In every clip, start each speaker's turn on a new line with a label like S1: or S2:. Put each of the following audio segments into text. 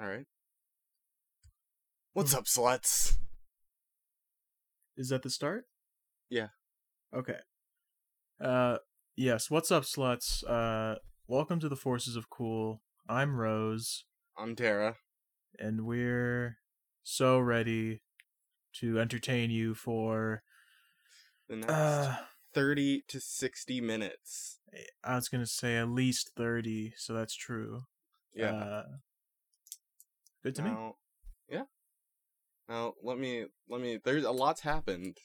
S1: All right. What's up, sluts?
S2: Is that the start?
S1: Yeah.
S2: Okay. Uh yes, what's up sluts? Uh welcome to the Forces of Cool. I'm Rose
S1: I'm Tara.
S2: and we're so ready to entertain you for
S1: The next
S2: uh
S1: 30 to 60 minutes.
S2: I was going to say at least 30, so that's true.
S1: Yeah.
S2: Uh, good to me.
S1: now, Yeah. Now, let me let me there's a lot's happened.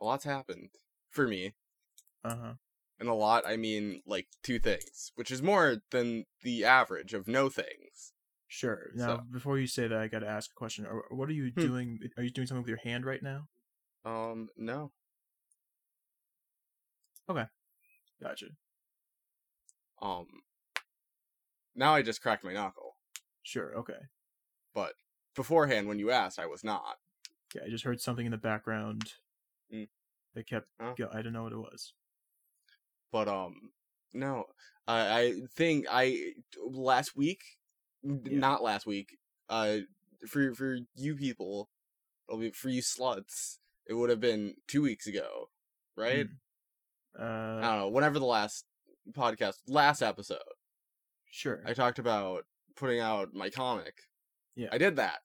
S1: A lot's happened for me.
S2: Uh-huh.
S1: And a lot I mean like two things, which is more than the average of no things.
S2: Sure. Now,
S1: So-
S2: before you say that, I got to ask a question. Are, what are you
S1: Hmm.
S2: doing? Are you doing something with your hand right now?
S1: Um no.
S2: Gotcha.
S1: Um Now I just cracked my knuckle.
S2: Sure. Okay.
S1: Beforehand when you asked, I was not.
S2: Yeah, I just heard something in the background
S1: Mm.
S2: that kept.
S1: Huh?
S2: go- I don't know what it was.
S1: but um no i i think i last week n-
S2: Yeah.
S1: not last week uh for for you people it'll be for you sluts it would have been two weeks ago right
S2: Mm.
S1: i
S2: Uh,
S1: don't know whenever the last podcast last episode
S2: sure.
S1: i talked about putting out my comic
S2: Yeah.
S1: i did that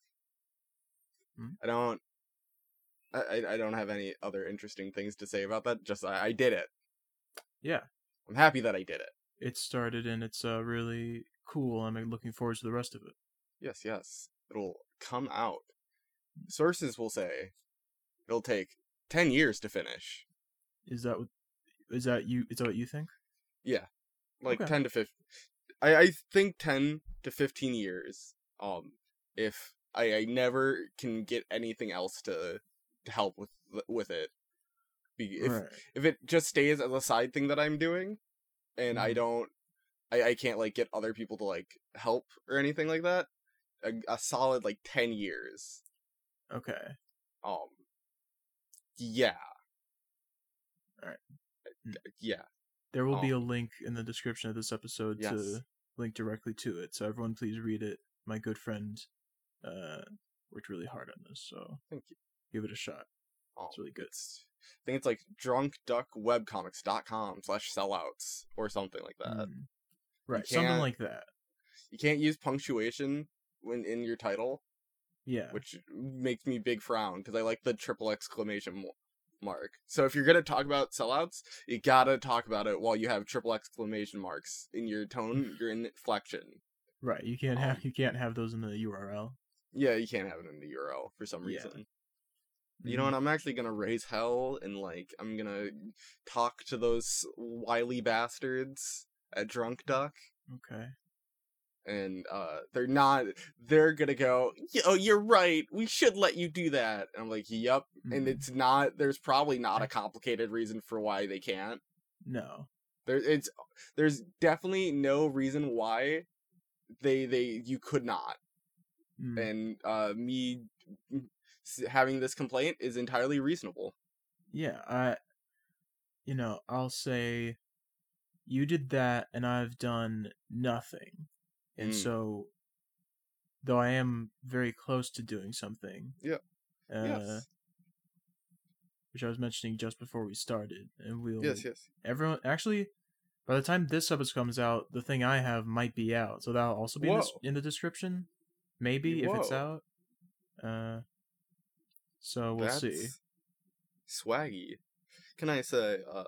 S2: Mhm.
S1: i don't I, I- I don't have any other interesting things to say about that. Just I, I did it.
S2: Yeah.
S1: I'm happy that I did it.
S2: it started and it's uh, really cool. I'm uh, looking forward to the rest of it.
S1: Yes, yes. It'll come out. Sources will say it'll take 10 years to finish.
S2: Is that what? Is that you? Is that what you think?
S1: Like
S2: Okay.
S1: 10 to 15. I, I think 10 to 15 years. Um, if I, I never can get anything else to, to help with with it. Be, if,
S2: right.
S1: if it just stays as a side thing that I'm doing and I
S2: Mhm.
S1: don't, I, I can't like get other people to like help or anything like that, a, a solid like 10 years
S2: Okay.
S1: Um. Yeah.
S2: Alright. Hmm.
S1: D- Yeah.
S2: There will be
S1: Oh.
S2: a link in the description of this episode
S1: Yes.
S2: to link directly to it. So everyone, please read it. My good friend uh, worked really hard on this, so
S1: Thank you.
S2: give it a shot.
S1: Um,
S2: It's really good.
S1: it's- I think it's like drunkduckwebcomics.com slash sellouts or something like that.
S2: Mm. Right, something
S1: can't-
S2: like that.
S1: You can't use punctuation when in your title,
S2: Yeah,
S1: which makes me big frown because I like the triple exclamation mo- mark. So if you're gonna talk about sellouts, you gotta talk about it while you have triple exclamation marks in your tone, your inflection.
S2: right. You can't have
S1: um,
S2: you can't have those in the URL.
S1: Yeah, you can't have it in the URL for some
S2: Yeah.
S1: reason. You know what? I'm actually gonna raise hell and like I'm gonna talk to those wily bastards at Drunk Duck,
S2: Mm, Okay.
S1: and uh, they're not. They're gonna go. "Y- Oh, you're right. We should let you do that. And I'm like, yep. And
S2: Mhm.
S1: it's not. There's probably not a complicated reason for why they can't.
S2: No.
S1: There, it's there's definitely no reason why they they you could not.
S2: Mm.
S1: And uh, me s- having this complaint is entirely reasonable.
S2: yeah, I. You know, I'll say, you did that, and I've done nothing, and
S1: Mm.
S2: so, though I am very close to doing something.
S1: Yeah.
S2: Uh,
S1: yes.
S2: which I was mentioning just before we started, and we'll
S1: Yes. Yes.
S2: everyone actually by the time this episode comes out, the thing I have might be out, so that'll also be in, this,
S1: Whoa.
S2: in the description, maybe if it's
S1: Whoa.
S2: out. Uh, so we'll see.
S1: That's Swaggy. Can I say uh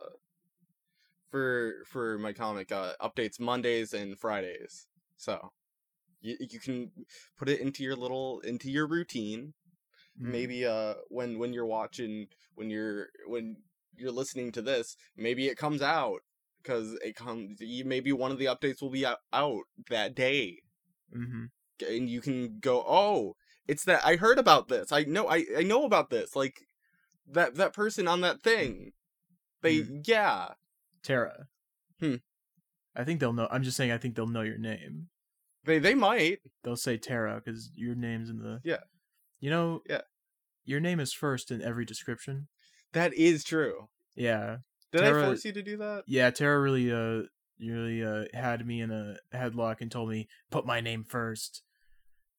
S1: for for my comic uh updates Mondays and Fridays. So you you can put it into your little into your routine.
S2: Mm.
S1: Maybe uh when when you're watching when you're when you're listening to this, maybe it comes out cuz it comes you- maybe one of the updates will be out, out that day
S2: Mhm.
S1: and you can go, "Oh, it's that I heard about this. I know I I know about this. Like that that person on that thing. They
S2: Mm-hmm.
S1: yeah.
S2: Tara.
S1: Hmm.
S2: I think they'll know. I'm just saying. I think they'll know your name.
S1: They they might.
S2: They'll say Tara because your name's in the.
S1: Yeah.
S2: You know.
S1: Yeah.
S2: Your name is first in every description.
S1: That is true.
S2: Yeah.
S1: Did
S2: Tara-
S1: I force you to do that?
S2: Yeah. Tara really uh really uh had me in a headlock and told me put my name first.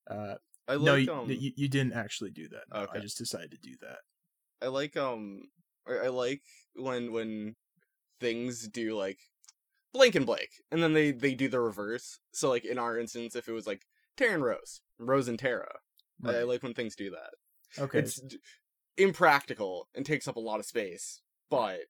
S2: Uh,
S1: I like
S2: no, you,
S1: um
S2: you, you didn't actually do that. No,
S1: Okay.
S2: I just decided to do that.
S1: I like um or I like when when things do like blank and Blake and then they they do the reverse. So like in our instance if it was like Tara and Rose, Rose and Tara. I- I,
S2: Right.
S1: like when things do that.
S2: okay.
S1: It's d- impractical and takes up a lot of space, but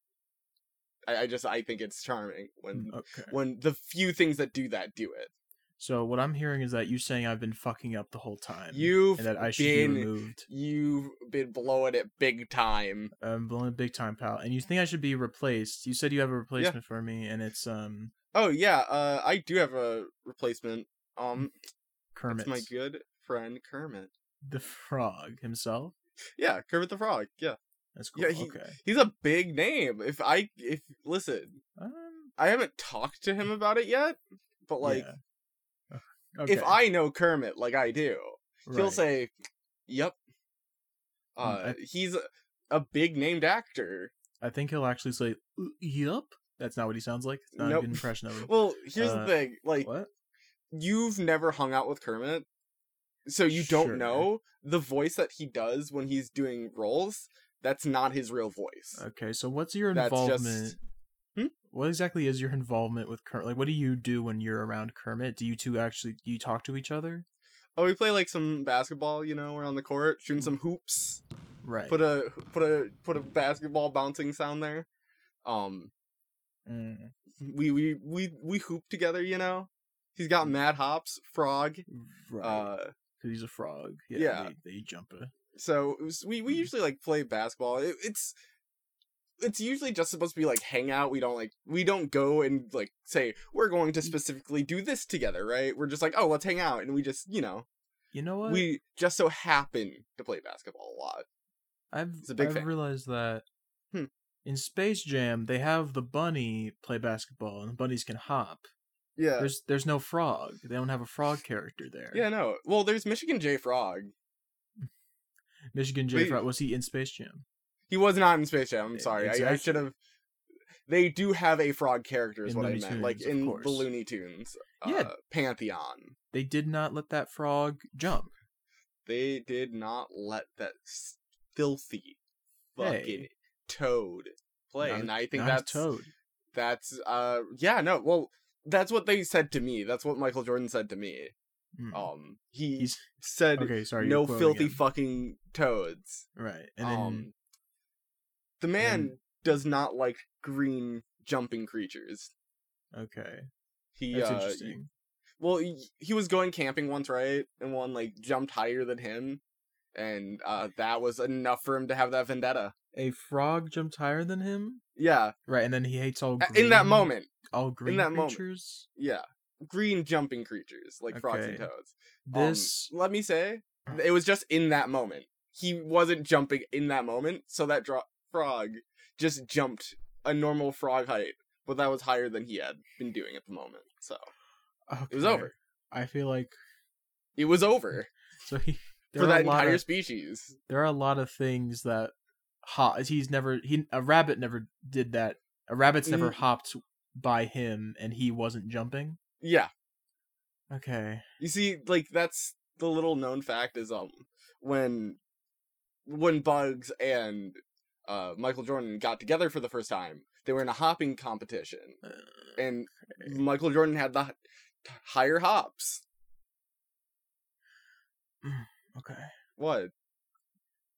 S1: I, I just I think it's charming when
S2: Mm, okay.
S1: when the few things that do that do it.
S2: So what I'm hearing is that you saying I've been fucking up the whole time,
S1: You've
S2: and that I should be
S1: been
S2: removed.
S1: you've been blowing it big time.
S2: I'm blowing big time, pal. And you think I should be replaced? You said you have a replacement for me, and it's um
S1: Oh yeah, uh I do have a replacement. Um
S2: Mm, Kermit,
S1: It's my good friend Kermit.
S2: the frog himself.
S1: Yeah, Kermit the Frog. Yeah,
S2: That's cool.
S1: Yeah, he-
S2: okay.
S1: he's a big name. If I if listen,
S2: Um,
S1: I haven't talked to him about it yet, but like
S2: yeah. O- okay.
S1: if I know Kermit like I do, he'll
S2: Right. Mm,
S1: say, "Yep." Uh, he's a, a big named actor.
S2: I think he'll actually say, "Uh, "Yup." That's not what he sounds like. It's not
S1: Nope.
S2: a good impression of him.
S1: Well, here's
S2: Uh,
S1: the thing: like
S2: what?
S1: you've never hung out with Kermit, so you
S2: Sure.
S1: don't know the voice that he does when he's doing roles. That's not his real voice.
S2: Okay, so what's your
S1: That's just-
S2: involvement?
S1: Hmm?
S2: What exactly is your involvement with Kermit? Like, what do you do when you're around Kermit? Do you two actually do you talk to each other?
S1: Oh, we play like some basketball, you know, we're on the court shooting some hoops.
S2: Mm. Right.
S1: Put a put a put a basketball bouncing sound there. Um
S2: Mm,
S1: we we we we hoop together, you know. He's got mad hops, frog.
S2: Mm. right.
S1: Uh
S2: 'Cause he's a frog. Yeah.
S1: yeah.
S2: They, they jump a.
S1: so it was- we
S2: Mm-hmm.
S1: we usually like play basketball. It, it's it's usually just supposed to be like hang out. We don't like we don't go and like say we're going
S2: Mm-hmm.
S1: to specifically do this together, right? We're just like, "Oh, let's hang out." And we just, you know,
S2: You know what?
S1: we just so happen to play basketball a lot.
S2: I've
S1: He's a big
S2: I've
S1: fan.
S2: realized that
S1: Hmm.
S2: in Space Jam they have the bunny play basketball and the bunnies can hop.
S1: Yeah.
S2: There's there's no frog. They don't have a frog character there.
S1: Yeah, no. Well, there's Michigan J. Frog.
S2: Michigan J.
S1: Wait.
S2: Frog was he in Space Jam?
S1: He was not in Space Jam. I'm
S2: Yeah,
S1: sorry. I, I
S2: exactly.
S1: should have. They do have a frog character, is
S2: In
S1: what I
S2: Looney
S1: meant. Like
S2: Tunes, of
S1: in
S2: course.
S1: the Looney Tunes uh,
S2: Yeah.
S1: pantheon.
S2: They did not let that frog jump.
S1: They did not let that s- filthy
S2: Hey.
S1: fucking toad play,
S2: Not a-
S1: and I think
S2: Not his
S1: that's
S2: Toad.
S1: that's uh yeah no well that's what they said to me. That's what Michael Jordan said to me.
S2: Mm.
S1: Um, he
S2: He's-
S1: said
S2: okay, sorry. you're
S1: no
S2: quoting
S1: filthy
S2: him.
S1: fucking toads.
S2: Right, and then
S1: um, the man
S2: then-
S1: does not like green jumping creatures.
S2: okay,
S1: He
S2: that's
S1: uh,
S2: interesting.
S1: well, he, he was going camping once, right? And one like jumped higher than him, and uh, that was enough for him to have that vendetta.
S2: A frog jumped higher than him.
S1: Yeah,
S2: Right, and then he hates all
S1: a-
S2: green,
S1: in that moment,
S2: all green
S1: that moment.
S2: creatures.
S1: yeah, green jumping creatures like frogs and
S2: Okay.
S1: toads. Um,
S2: This Uh-huh.
S1: let me say, it was just in that moment. He wasn't jumping in that moment, so that dro- frog just jumped a normal frog height, but that was higher than he had been doing at the moment. So it was
S2: okay,
S1: over.
S2: I feel like
S1: It was over
S2: so he there
S1: for
S2: are
S1: that
S2: a lot
S1: entire
S2: of,
S1: species.
S2: there are a lot of things that hop. He's never he a rabbit never did that. A rabbit's never
S1: Mm.
S2: hopped by him, and he wasn't jumping.
S1: Yeah,
S2: Okay,
S1: you see, like that's the little known fact is um when when Bugs and uh, Michael Jordan got together for the first time, they were in a hopping competition,
S2: Uh,
S1: and Michael Jordan had the h- higher hops.
S2: okay.
S1: What?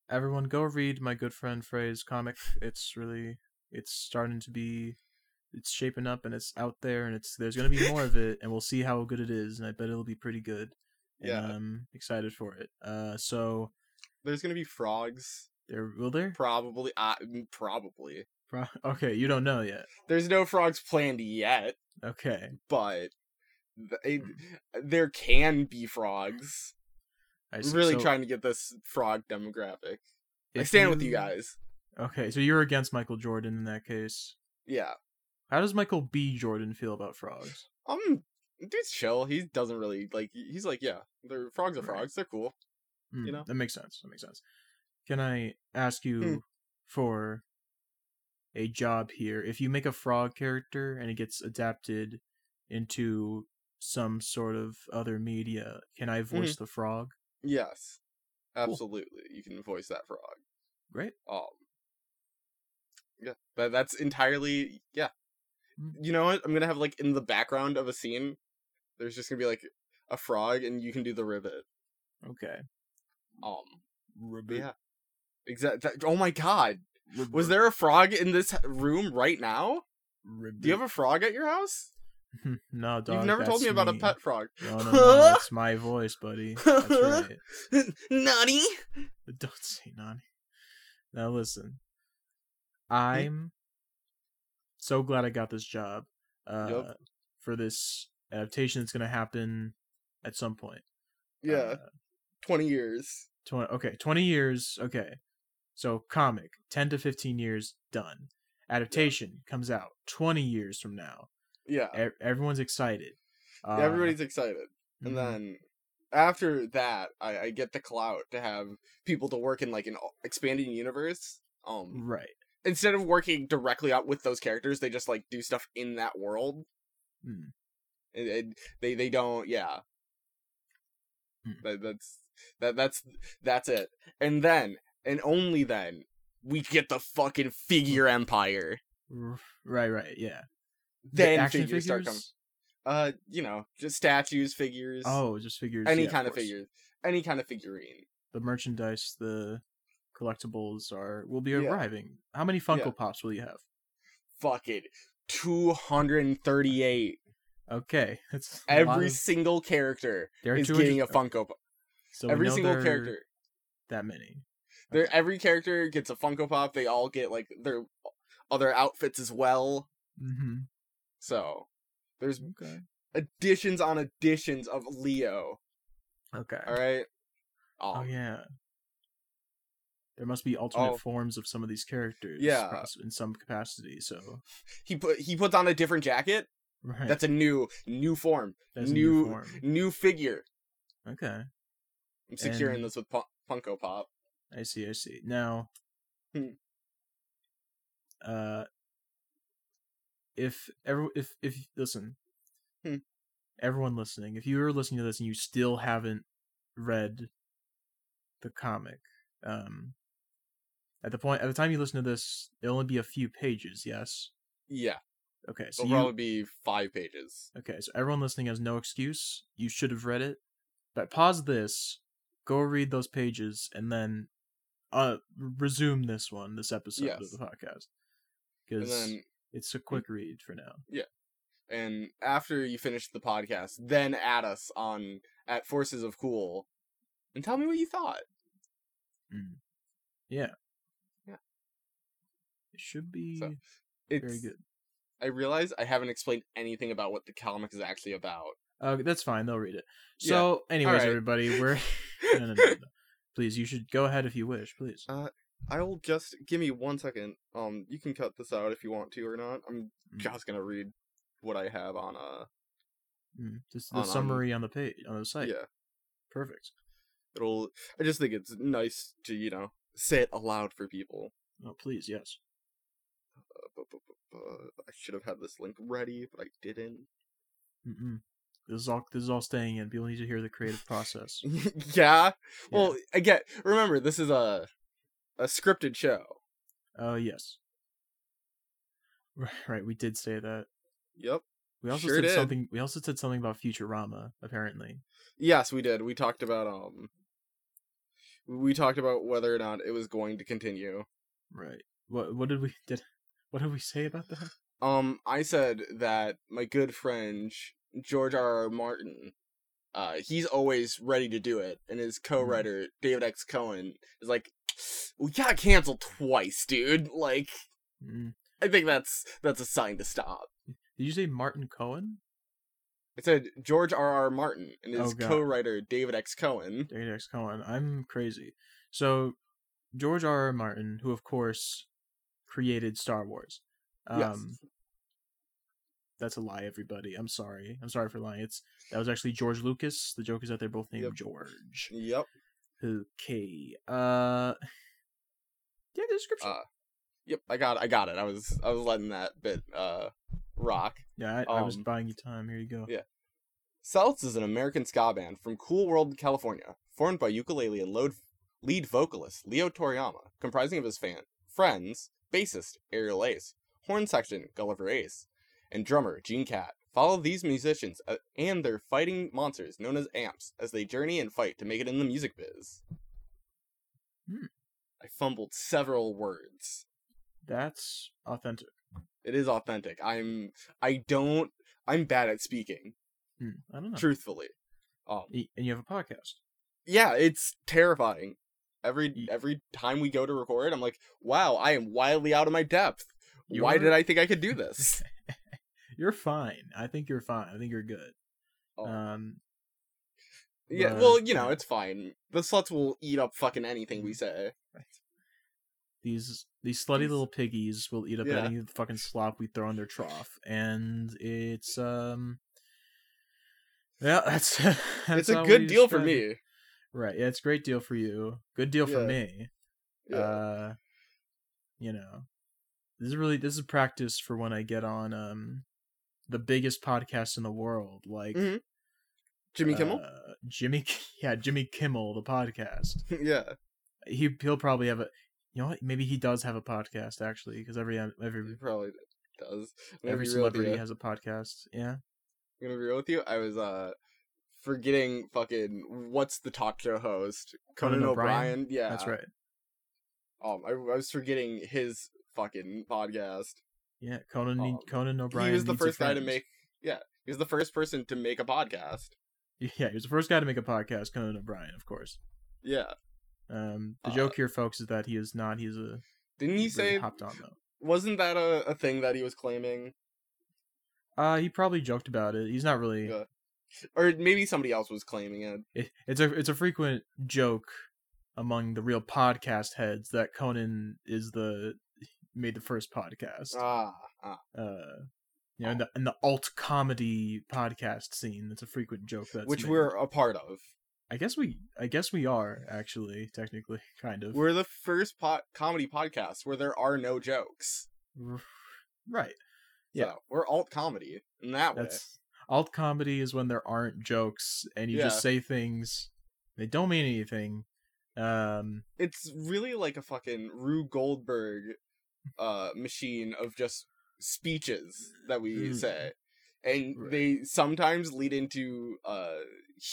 S2: everyone go read my good friend Frey's comic. It's really it's starting to be it's shaping up and it's out there and it's there's gonna be more of it and we'll see how good it is and I bet it'll be pretty good. And
S1: Yeah.
S2: I'm excited for it. Uh so
S1: There's gonna be frogs,
S2: there will there?
S1: probably. Uh, mm, probably.
S2: Pro- okay, you don't know yet.
S1: There's no frogs planned yet,
S2: Okay.
S1: but th- it- there can be frogs.
S2: Mm. I
S1: I'm
S2: see.
S1: really
S2: So
S1: trying to get this frog demographic. I
S2: if
S1: stand with you guys.
S2: Okay, so you're against Michael Jordan in that case.
S1: Yeah.
S2: How does Michael B. Jordan feel about frogs?
S1: Um, dude's chill. He doesn't really like. He's like, yeah, they're frogs are
S2: Right.
S1: frogs. They're cool.
S2: Mm,
S1: You know?
S2: that makes sense. That makes sense. Can I ask you
S1: Hmm.
S2: for a job here? If you make a frog character and it gets adapted into some sort of other media, can I
S1: Mm-hmm.
S2: voice the frog?
S1: Yes, absolutely. You can voice that frog.
S2: Great.
S1: Um, yeah, that, that's entirely yeah.
S2: Mm.
S1: You know what? I'm gonna have like in the background of a scene, there's just gonna be like a frog, and you can do the ribbit.
S2: Okay.
S1: Um, but yeah, exactly. Oh my god,
S2: Ribbit.
S1: was there a frog in this h- room right now?
S2: Ribbit.
S1: Do you have a frog at your house?
S2: no, dog.
S1: You've never told
S2: that's
S1: me about a pet frog.
S2: No, no, no. it's my voice, buddy. That's right.
S1: Nutty.
S2: But don't say Nani. Now listen, I'm so glad I got this job uh,
S1: Yup.
S2: for this adaptation that's going to happen at some point.
S1: Yeah,
S2: Uh,
S1: twenty years.
S2: 20, okay, 20 years. Okay. So comic, 10 to 15 years, done. Adaptation comes out 20 years from now.
S1: Yeah,
S2: E- everyone's excited. Uh,
S1: Uh. everybody's excited.
S2: mhm.
S1: and then after that I, I get the clout to have people to work in like an expanding universe um
S2: Right.
S1: instead of working directly out with those characters they just like do stuff in that world
S2: Hmm.
S1: and, and they they don't yeah
S2: Hmm.
S1: that, that's that that's that's it and then and only then we get the
S2: Mm.
S1: fucking figure empire
S2: R- Right, right, yeah. The
S1: then
S2: action
S1: figures, start coming
S2: figures?
S1: uh you know just statues figures
S2: Oh, just figures.
S1: any
S2: yeah,
S1: kind of
S2: course.
S1: figure any kind of figurine
S2: the merchandise, the collectibles are will be
S1: Yeah.
S2: arriving. How many Funko
S1: Yeah.
S2: Pops will you have?
S1: fucking 238
S2: Okay, that's a lot
S1: every
S2: of-
S1: single character
S2: there are
S1: is
S2: 200
S1: getting a funko pop
S2: So we
S1: every
S2: know
S1: single
S2: there are
S1: character
S2: That many.
S1: They're
S2: Okay.
S1: every character gets a funko pop they all get like their other outfits as well
S2: hmm
S1: so there's
S2: Okay.
S1: additions on additions of leo
S2: Okay.
S1: all right
S2: Oh
S1: Um,
S2: yeah. There must be alternate
S1: Oh.
S2: forms of some of these characters.
S1: Yeah.
S2: pros- In some capacity. So.
S1: he put he puts on a different jacket
S2: Right.
S1: that's a new new form
S2: that's a
S1: new-
S2: form.
S1: new figure
S2: Okay.
S1: i'm securing
S2: And-
S1: this with Pu- funko pop
S2: I see. I see. Now,
S1: Hmm.
S2: uh, if every if if listen,
S1: Hmm.
S2: everyone listening, if you are listening to this and you still haven't read the comic, um, at the point at the time you listen to this, it'll only be a few pages. Yes.
S1: yeah
S2: Okay. So
S1: it'll
S2: you,
S1: probably be five pages
S2: okay. So everyone listening has no excuse. You should have read it. But pause this, go read those pages, and then uh resume this one, this episode of
S1: Yes.
S2: the podcast,
S1: and
S2: because
S1: then
S2: it's a quick read for now.
S1: and after you finish the podcast, then add us on at Forces of Cool and tell me what you thought.
S2: It should be
S1: So, It's,
S2: very good.
S1: I realize I haven't explained anything about what the comic is actually about.
S2: Uh, that's fine. They'll read it.
S1: Yeah.
S2: So, anyways,
S1: Alright.
S2: everybody, we're no, no, no, no. please. You should go ahead if you wish. Please.
S1: I'll just give me one second. Um, you can cut this out if you want to or not. I'm
S2: Mm.
S1: just gonna read what I have on uh
S2: Mm, Just
S1: on-
S2: the
S1: on-
S2: summary on the page on the site.
S1: yeah.
S2: Perfect.
S1: It'll I just think it's nice to you know say it aloud for people.
S2: Oh, please, yes.
S1: Uh, bu- bu- bu- bu- I should have had this link ready, but I didn't.
S2: Mm-mm. This is all. This is all staying in. People need to hear the creative process.
S1: yeah. Well, again, remember this is a a scripted show.
S2: Oh yes. Right, we did say that.
S1: Yep.
S2: We also
S1: Sure
S2: said
S1: did.
S2: something. We also said something about Futurama. Apparently,
S1: Yes, we did. We talked about um we talked about whether or not it was going to continue.
S2: right? What What did we did? What did we say about that?
S1: Um I said that my good friend George R. R. Martin uh he's always ready to do it and his co-writer David X Cohen is like we got canceled twice, dude. Like
S2: Mm.
S1: I think that's that's a sign to stop.
S2: Did you say Martin Cohen?
S1: It said George R. R. Martin and his
S2: Oh, God.
S1: co-writer David X. Cohen.
S2: David X. Cohen. I'm crazy. So George R. R. Martin, who of course created Star Wars. Um
S1: Yes.
S2: that's a lie, everybody. I'm sorry. I'm sorry for lying. It's that was actually George Lucas. The joke is that they're both named
S1: Yep.
S2: George.
S1: Yep.
S2: Okay. Uh Yeah, the description.
S1: Uh, Yep. I got. I got it. I was. I was letting that bit. Uh, rock.
S2: yeah, I, I was
S1: um,
S2: buying you time. Here you go.
S1: yeah. Celts is an American ska band from Cool World, California, formed by ukulele and load, lead vocalist Leo Toriyama, comprising of his fan, friends, bassist Ariel Ace, horn section Gulliver Ace, and drummer Gene Cat. Follow these musicians uh, and their fighting monsters known as amps as they journey and fight to make it in the music biz.
S2: Hmm.
S1: I fumbled several words.
S2: That's authentic.
S1: It is authentic. I'm I don't I'm bad at speaking,
S2: Hmm, I don't know.
S1: truthfully. Um
S2: Y- And you have a podcast.
S1: yeah, it's terrifying. Every
S2: Ye-
S1: every time we go to record, I'm like, wow, I am wildly out of my depth.
S2: You
S1: Why
S2: are-
S1: did I think I could do this?
S2: You're fine. I think you're fine. I think you're good.
S1: Oh.
S2: Um,
S1: yeah, well,
S2: but,
S1: you know,
S2: yeah.
S1: it's fine. The sluts will eat up fucking anything
S2: Mm.
S1: we say.
S2: these these slutty
S1: These-
S2: little piggies will eat up
S1: Yeah.
S2: any fucking slop we throw in their trough, and it's um, yeah, that's, that's
S1: It's a
S2: how
S1: good
S2: we
S1: deal for
S2: describe it.
S1: me.
S2: right? Yeah, it's a great deal for you. Good deal for
S1: Yeah.
S2: me.
S1: Yeah.
S2: Uh, you know, this is really this is practice for when I get on um, the biggest podcast in the world, like
S1: Mhm. Jimmy Kimmel?
S2: uh, Jimmy, yeah, Jimmy Kimmel, the podcast.
S1: yeah.
S2: he he'll probably have a you know what maybe he does have a podcast actually because every uh,
S1: He
S2: every
S1: probably does. I'm gonna
S2: every
S1: be real with
S2: celebrity
S1: you.
S2: has a podcast yeah
S1: I'm gonna be real with you. I was uh forgetting fucking what's the talk show host Conan,
S2: Conan
S1: O'Brien.
S2: O'Brien?
S1: Yeah,
S2: that's right
S1: Um, I, I was forgetting his fucking podcast.
S2: yeah Conan need,
S1: Um,
S2: Conan O'Brien
S1: he was the
S2: needs a
S1: first guy to
S2: friend.
S1: make. Yeah, he was the first person to make a podcast.
S2: yeah he was the first guy to make a podcast Conan O'Brien of course
S1: Yeah,
S2: um the
S1: Uh,
S2: joke here folks is that he is not he's a
S1: didn't he
S2: he's really
S1: say?
S2: hopped on though
S1: Wasn't that a, a thing that he was claiming,
S2: uh he probably joked about it he's not really
S1: Yeah. or maybe somebody else was claiming it?
S2: it, it's a it's a frequent joke among the real podcast heads that Conan is the made the first podcast
S1: Ah, ah.
S2: uh
S1: Oh.
S2: you know in the, in the alt comedy podcast scene that's a frequent joke that's
S1: which
S2: made.
S1: we're a part of.
S2: i guess we i guess we are actually technically kind of
S1: We're the first pot comedy podcast where there are no jokes.
S2: R- right
S1: Yeah,
S2: Yeah.
S1: we're alt comedy in that way.
S2: that's alt comedy is when there aren't jokes and you
S1: Yeah.
S2: just say things they don't mean anything um
S1: It's really like a fucking Rue Goldberg uh machine of just speeches that we
S2: Mm.
S1: say. And
S2: Right.
S1: they sometimes lead into uh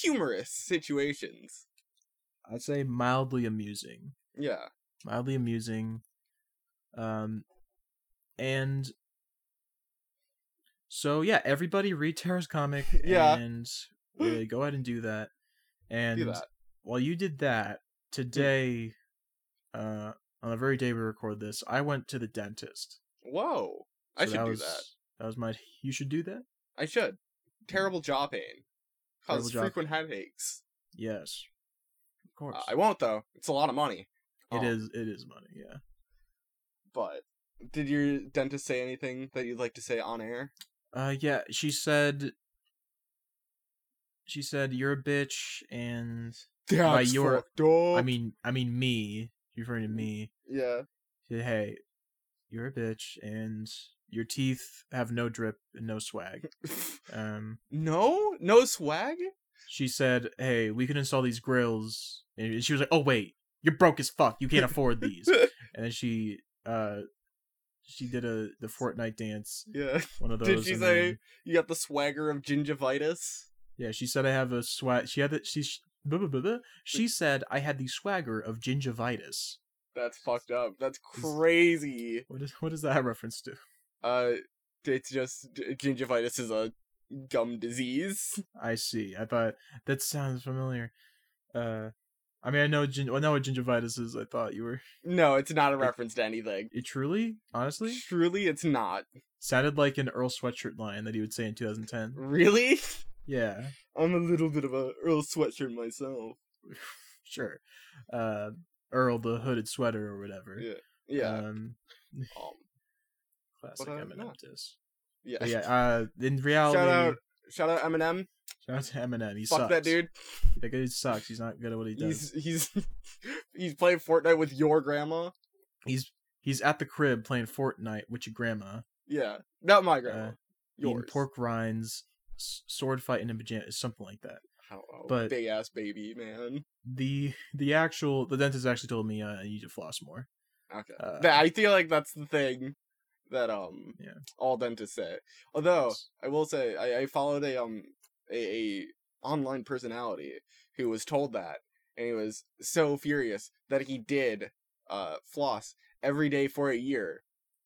S1: humorous situations.
S2: i'd say mildly amusing
S1: Yeah.
S2: mildly amusing um and so yeah everybody read Tara's comic
S1: Yeah.
S2: and uh, go ahead and do that and
S1: do that.
S2: while you did that today uh on the very day we record this i went to the dentist
S1: Whoa. I
S2: So
S1: should do
S2: was,
S1: that.
S2: that was my you should do that
S1: I should. Terrible jaw pain. Causes
S2: Terrible jaw
S1: frequent headaches.
S2: yes of course
S1: Uh, I won't though. It's a lot of money.
S2: it
S1: Um,
S2: is it is money yeah
S1: But did your dentist say anything that you'd like to say on air?
S2: Uh, yeah, she said. She said you're a bitch, and
S1: That's
S2: your-
S1: fucked up.
S2: I mean, I mean me. She's referring to
S1: Mm-hmm.
S2: me.
S1: yeah,
S2: She said, hey, you're a bitch, and your teeth have no drip and no swag. Um,
S1: no, no swag.
S2: she said, hey, we can install these grills, and she was like, oh wait, you're broke as fuck. You can't afford these. and then she, uh, she did a the Fortnite dance,
S1: Yeah,
S2: one of those.
S1: Did she
S2: and
S1: say-
S2: then-
S1: you got the swagger of gingivitis.
S2: Yeah, she said I have a swag. She had that. She sh- blah, blah, blah, blah. she said I had the swagger of gingivitis.
S1: That's fucked up. That's crazy.
S2: What is what is that reference to?
S1: Uh, it's just g- gingivitis is a gum disease.
S2: I see. I thought that sounds familiar. Uh, I mean, I know gin- I know what gingivitis is. I thought you were.
S1: No, it's not a reference to anything.
S2: It truly, honestly,
S1: Truly, it's not.
S2: Mm. sounded like an Earl sweatshirt line that he would say in
S1: Mm.
S2: 2010.
S1: Really,
S2: Yeah,
S1: I'm a little bit of a Earl sweatshirt myself.
S2: sure. Uh, Earl the hooded sweater or whatever.
S1: Yeah.
S2: Um,
S1: um,
S2: classic
S1: uh,
S2: Eminem
S1: no.
S2: diss.
S1: yeah.
S2: But yeah. Uh, in reality,
S1: Shout out. Shout out Eminem.
S2: shout out to Eminem. He
S1: Fuck
S2: sucks.
S1: that dude.
S2: That dude sucks. He's not good at what he does.
S1: He's he's he's playing Fortnite with your grandma.
S2: He's he's at the crib playing Fortnite with your grandma,
S1: Yeah, not my grandma.
S2: Uh, eating
S1: yours.
S2: pork rinds, s- sword fight in a pajamas, something like that.
S1: I don't know.
S2: But-
S1: oh, big ass baby man.
S2: The the actual the dentist actually told me uh, I need to floss more.
S1: Okay.
S2: Uh,
S1: Th- I feel like that's the thing that um
S2: Yeah.
S1: all dentists say. Although I will say I, I followed a um a, a online personality who was told that and he was so furious that he did uh floss every day for a year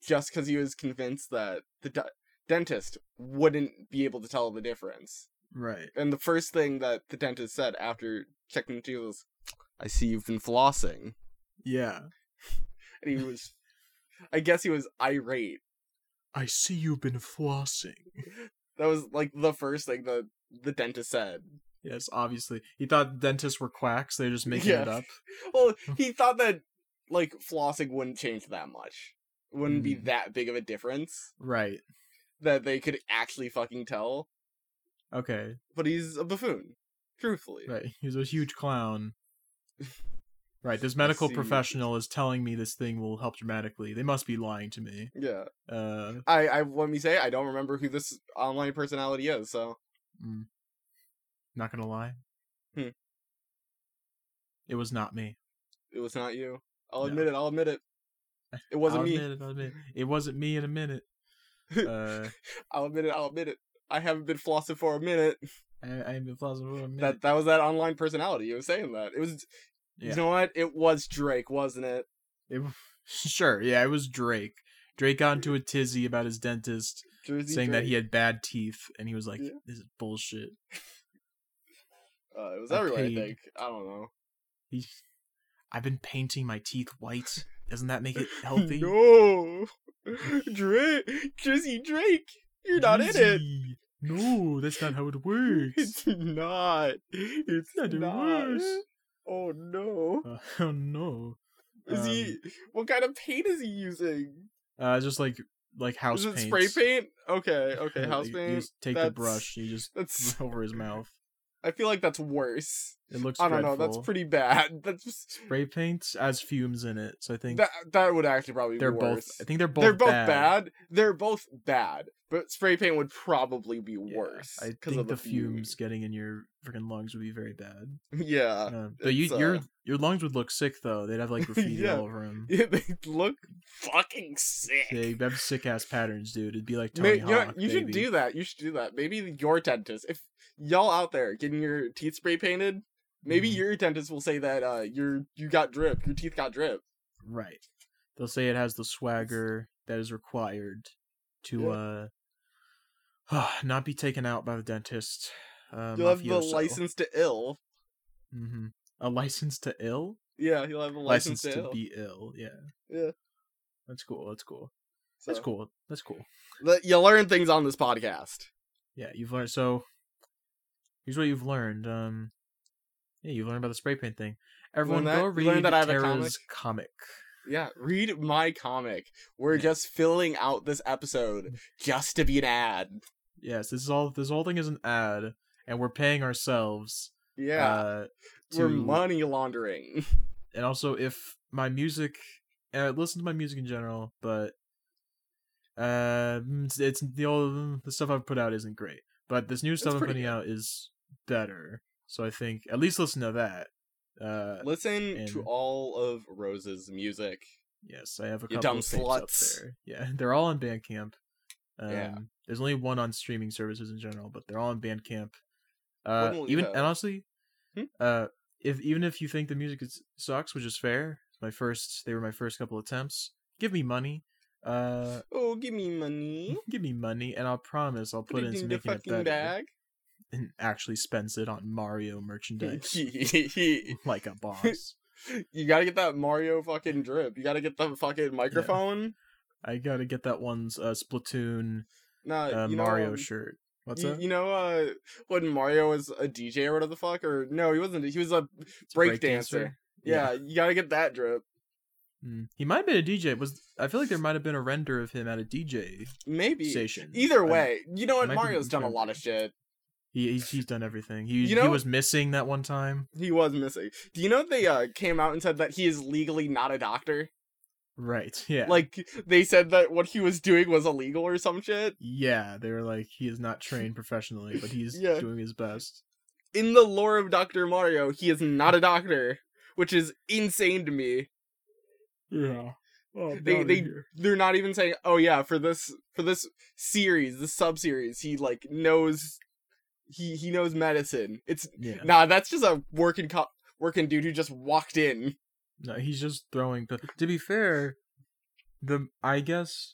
S1: just because he was convinced that the de- dentist wouldn't be able to tell the difference.
S2: Right.
S1: And the first thing that the dentist said after checking the teeth was, "I see you've been flossing."
S2: Yeah.
S1: and he was I guess he was irate.
S2: I see you've been flossing.
S1: That was like the first thing the the dentist said.
S2: Yes, obviously. He thought dentists were quacks. They're just making it
S1: Yeah.
S2: up.
S1: Well,
S2: Hmm.
S1: he thought that like flossing wouldn't change that much. Wouldn't be
S2: Mm.
S1: that big of a difference
S2: Right.
S1: that they could actually fucking tell.
S2: Okay.
S1: But he's a buffoon, truthfully.
S2: Right. He's a huge clown. Right. This medical
S1: see.
S2: professional is telling me this thing will help dramatically. They must be lying to me.
S1: Yeah.
S2: Uh,
S1: I I let me say I don't remember who this online personality is, so
S2: not gonna lie.
S1: Hmm.
S2: It was not me.
S1: it was not you. I'll
S2: No.
S1: admit it, I'll admit it. It wasn't
S2: I'll
S1: me.
S2: Admit it, I'll admit it. it wasn't me in a minute. Uh,
S1: I'll admit it, I'll admit it. I haven't been flossing for a minute.
S2: I, I ain't been flossing for a minute.
S1: That that was that online personality. It was saying that. It was
S2: Yeah.
S1: You know what? It was Drake, wasn't it?
S2: It, sure, yeah, it was Drake. Drake got into a tizzy about his dentist
S1: Jersey
S2: saying that he
S1: Drake.
S2: had bad teeth, and he was like,
S1: Yeah.
S2: "This is bullshit."
S1: Uh, it was
S2: I
S1: everywhere. I
S2: paid.
S1: think. I don't know.
S2: He, I've been painting my teeth white. Doesn't that make it healthy?
S1: No, Drake, Jersey Drake, you're not in it.
S2: Easy. No, that's not how it works.
S1: It's not. It's not.
S2: Not the worst.
S1: Oh no.
S2: Uh, oh no!
S1: Is he?
S2: Um,
S1: What kind of paint is he using?
S2: Uh, just like like house
S1: Is it
S2: paint.
S1: spray paint? Okay, okay, house
S2: You
S1: paint.
S2: just take the
S1: That's-
S2: brush. You just
S1: That's.
S2: over his mouth.
S1: I feel like that's worse.
S2: It looks.
S1: I don't know. That's
S2: dreadful.
S1: pretty bad. That's just,
S2: Spray paint has fumes in it, so I think
S1: that. That would actually probably
S2: they're
S1: be
S2: both.
S1: worse.
S2: I think they're both.
S1: they're both bad. They're both bad, but spray paint would probably be
S2: Yeah,
S1: worse.
S2: I
S1: 'cause
S2: think
S1: of
S2: the fumes getting in your freaking lungs would be very bad.
S1: fume. Yeah,
S2: Uh, but you,
S1: it's, uh,
S2: your your lungs would look sick though. They'd have like graffiti
S1: Yeah.
S2: all over them.
S1: yeah, they look fucking sick.
S2: They have sick ass patterns, dude. It'd be like
S1: Ma-
S2: Tony
S1: you know,
S2: Hawk.
S1: you should do that. You should do that. Maybe your dentist, if y'all out there getting your teeth spray painted, maybe
S2: Mhm.
S1: your dentist will say that uh, your you got drip, your teeth got drip.
S2: right. They'll say it has the swagger that is required to uh not be taken out by the dentist. Uh,
S1: You'll have the license to ill.
S2: hmm A license to ill.
S1: Yeah, you'll have a license, to, ill.
S2: be ill. Yeah.
S1: Yeah.
S2: That's cool. That's cool.
S1: So,
S2: That's cool. That's cool.
S1: le- you learn things on this podcast.
S2: Yeah, you've learned. So here's what you've learned. Um, yeah, you learned about the spray paint thing. Everyone,
S1: that-
S2: go
S1: you
S2: read
S1: learned that I have a
S2: Tara's comic.
S1: Yeah, read my comic. We're
S2: Yeah.
S1: just filling out this episode just to be an ad.
S2: Yes, this is all. This whole thing is an ad, and we're paying ourselves.
S1: Yeah,
S2: Uh, to,
S1: we're money laundering.
S2: and also, if my music, and I listen to my music in general, but uh, it's, it's the old mm, the stuff I've put out isn't great, but this new stuff I'm
S1: pretty
S2: putting
S1: good.
S2: out is better. So I think at least listen to that. Uh,
S1: Listen to
S2: and-
S1: all of Rose's music.
S2: Yes, I have a
S1: You
S2: couple
S1: dumb
S2: of tapes up
S1: sluts.
S2: there. Yeah, they're all on Bandcamp. Um,
S1: Yeah.
S2: There's only one on streaming services in general, but they're all on Bandcamp.
S1: When
S2: Uh,
S1: will you
S2: even
S1: have-
S2: and honestly,
S1: Hmm?
S2: uh, if even if you think the music is, sucks, which is fair, it's my first they were my first couple attempts. Give me money, uh,
S1: Oh, give me money.
S2: give me money, and I'll promise I'll put,
S1: Put it
S2: into
S1: in the
S2: making it
S1: fucking
S2: better
S1: bag.
S2: and actually spends it on Mario merchandise
S1: you
S2: like a boss.
S1: gotta get that Mario fucking drip. You gotta get the fucking microphone.
S2: I gotta get that one's uh, Splatoon
S1: Nah,
S2: uh,
S1: you know,
S2: Mario
S1: um,
S2: shirt. What's
S1: You,
S2: up?
S1: you know, uh, when Mario was a DJ or whatever the fuck, or no, he wasn't. He was a break dancer. Yeah, you gotta get that drip.
S2: Mm. He might have been a DJ. Was I feel like there might have been a render of him at a DJ
S1: Maybe.
S2: station.
S1: E, Either
S2: I'm-
S1: way, you know
S2: I
S1: what?
S2: might be
S1: Mario's done a lot of shit.
S2: he, he's, he's done everything. He
S1: You know-
S2: he was missing that one time.
S1: He was missing. Do you know they uh, came out and said that he is legally not a doctor?
S2: Right. Yeah.
S1: Like they said that what he was doing was illegal or some shit.
S2: yeah, they were like, he is not trained professionally, but he's
S1: Yeah.
S2: doing his best.
S1: In the lore of Dr. Mario, he is not a doctor, which is insane to me.
S2: Yeah. Oh,
S1: They- outta they- They're not even saying, "Oh yeah, for this for this series, this sub-series, he like knows he he knows medicine." It's
S2: yeah.
S1: nah, that's just a working co- working dude who just walked in.
S2: No, he's just throwing. The, to be fair, the I guess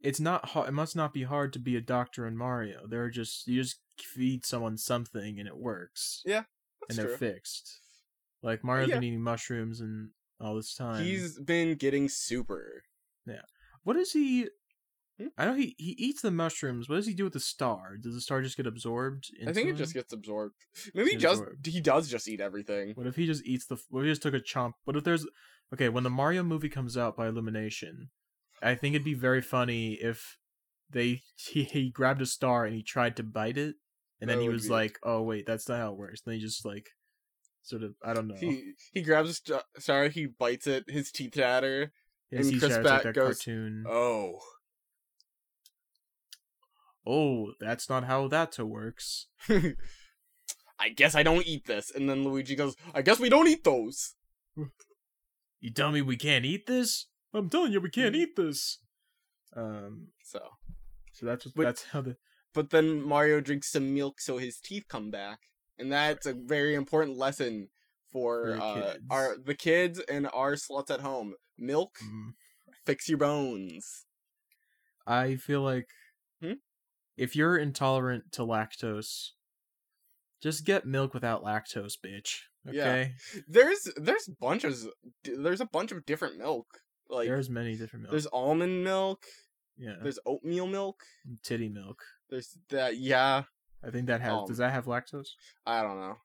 S2: it's not. ha- It must not be hard to be a doctor in Mario. They're just you just feed someone something and it works,
S1: That's
S2: and they're
S1: true.
S2: fixed. Like Mario's
S1: Yeah.
S2: been eating mushrooms and all this time.
S1: He's been getting super.
S2: What is he?
S1: Hmm?
S2: I know he he eats the mushrooms. What does he do with the star? Does the star just get absorbed? Into
S1: I think
S2: him?
S1: it just gets absorbed. Maybe he
S2: Get
S1: just
S2: absorbed.
S1: he does just eat everything.
S2: What if he just eats the? What if he just took a chomp? What if there's? Okay, when the Mario movie comes out by Illumination, I think it'd be very funny if they he, he grabbed a star and he tried to bite it, and then
S1: That
S2: he
S1: would
S2: was
S1: be-
S2: like, "Oh wait, that's not how it works." And then he just like, sort of, I don't know.
S1: He he grabs a st- sorry, he bites it, his teeth chatter.
S2: His
S1: and
S2: he
S1: Chris
S2: shares, like
S1: Pratt
S2: that
S1: goes,
S2: cartoon.
S1: Oh.
S2: oh, that's not how that works.
S1: I guess I don't eat this. And then Luigi goes, I guess we don't eat those.
S2: You tell me we can't eat this? I'm telling you, we can't eat this. Um,
S1: So
S2: so that's what,
S1: But-
S2: that's how the
S1: but then Mario drinks some milk so his teeth come back. And that's a very important lesson for
S2: For the
S1: uh,
S2: kids.
S1: our the kids and our sluts at home. Milk,
S2: mm,
S1: fix your bones.
S2: I feel like
S1: Hmm?
S2: if you're intolerant to lactose, just get milk without lactose, bitch.
S1: Yeah.
S2: Okay,
S1: There's there's bunches there's a bunch of different milk. Like
S2: there's many different milk.
S1: there's almond milk,
S2: yeah,
S1: there's oatmeal milk,
S2: titty milk.
S1: there's that yeah,
S2: I think that has.
S1: Um,
S2: does that have lactose?
S1: I don't know.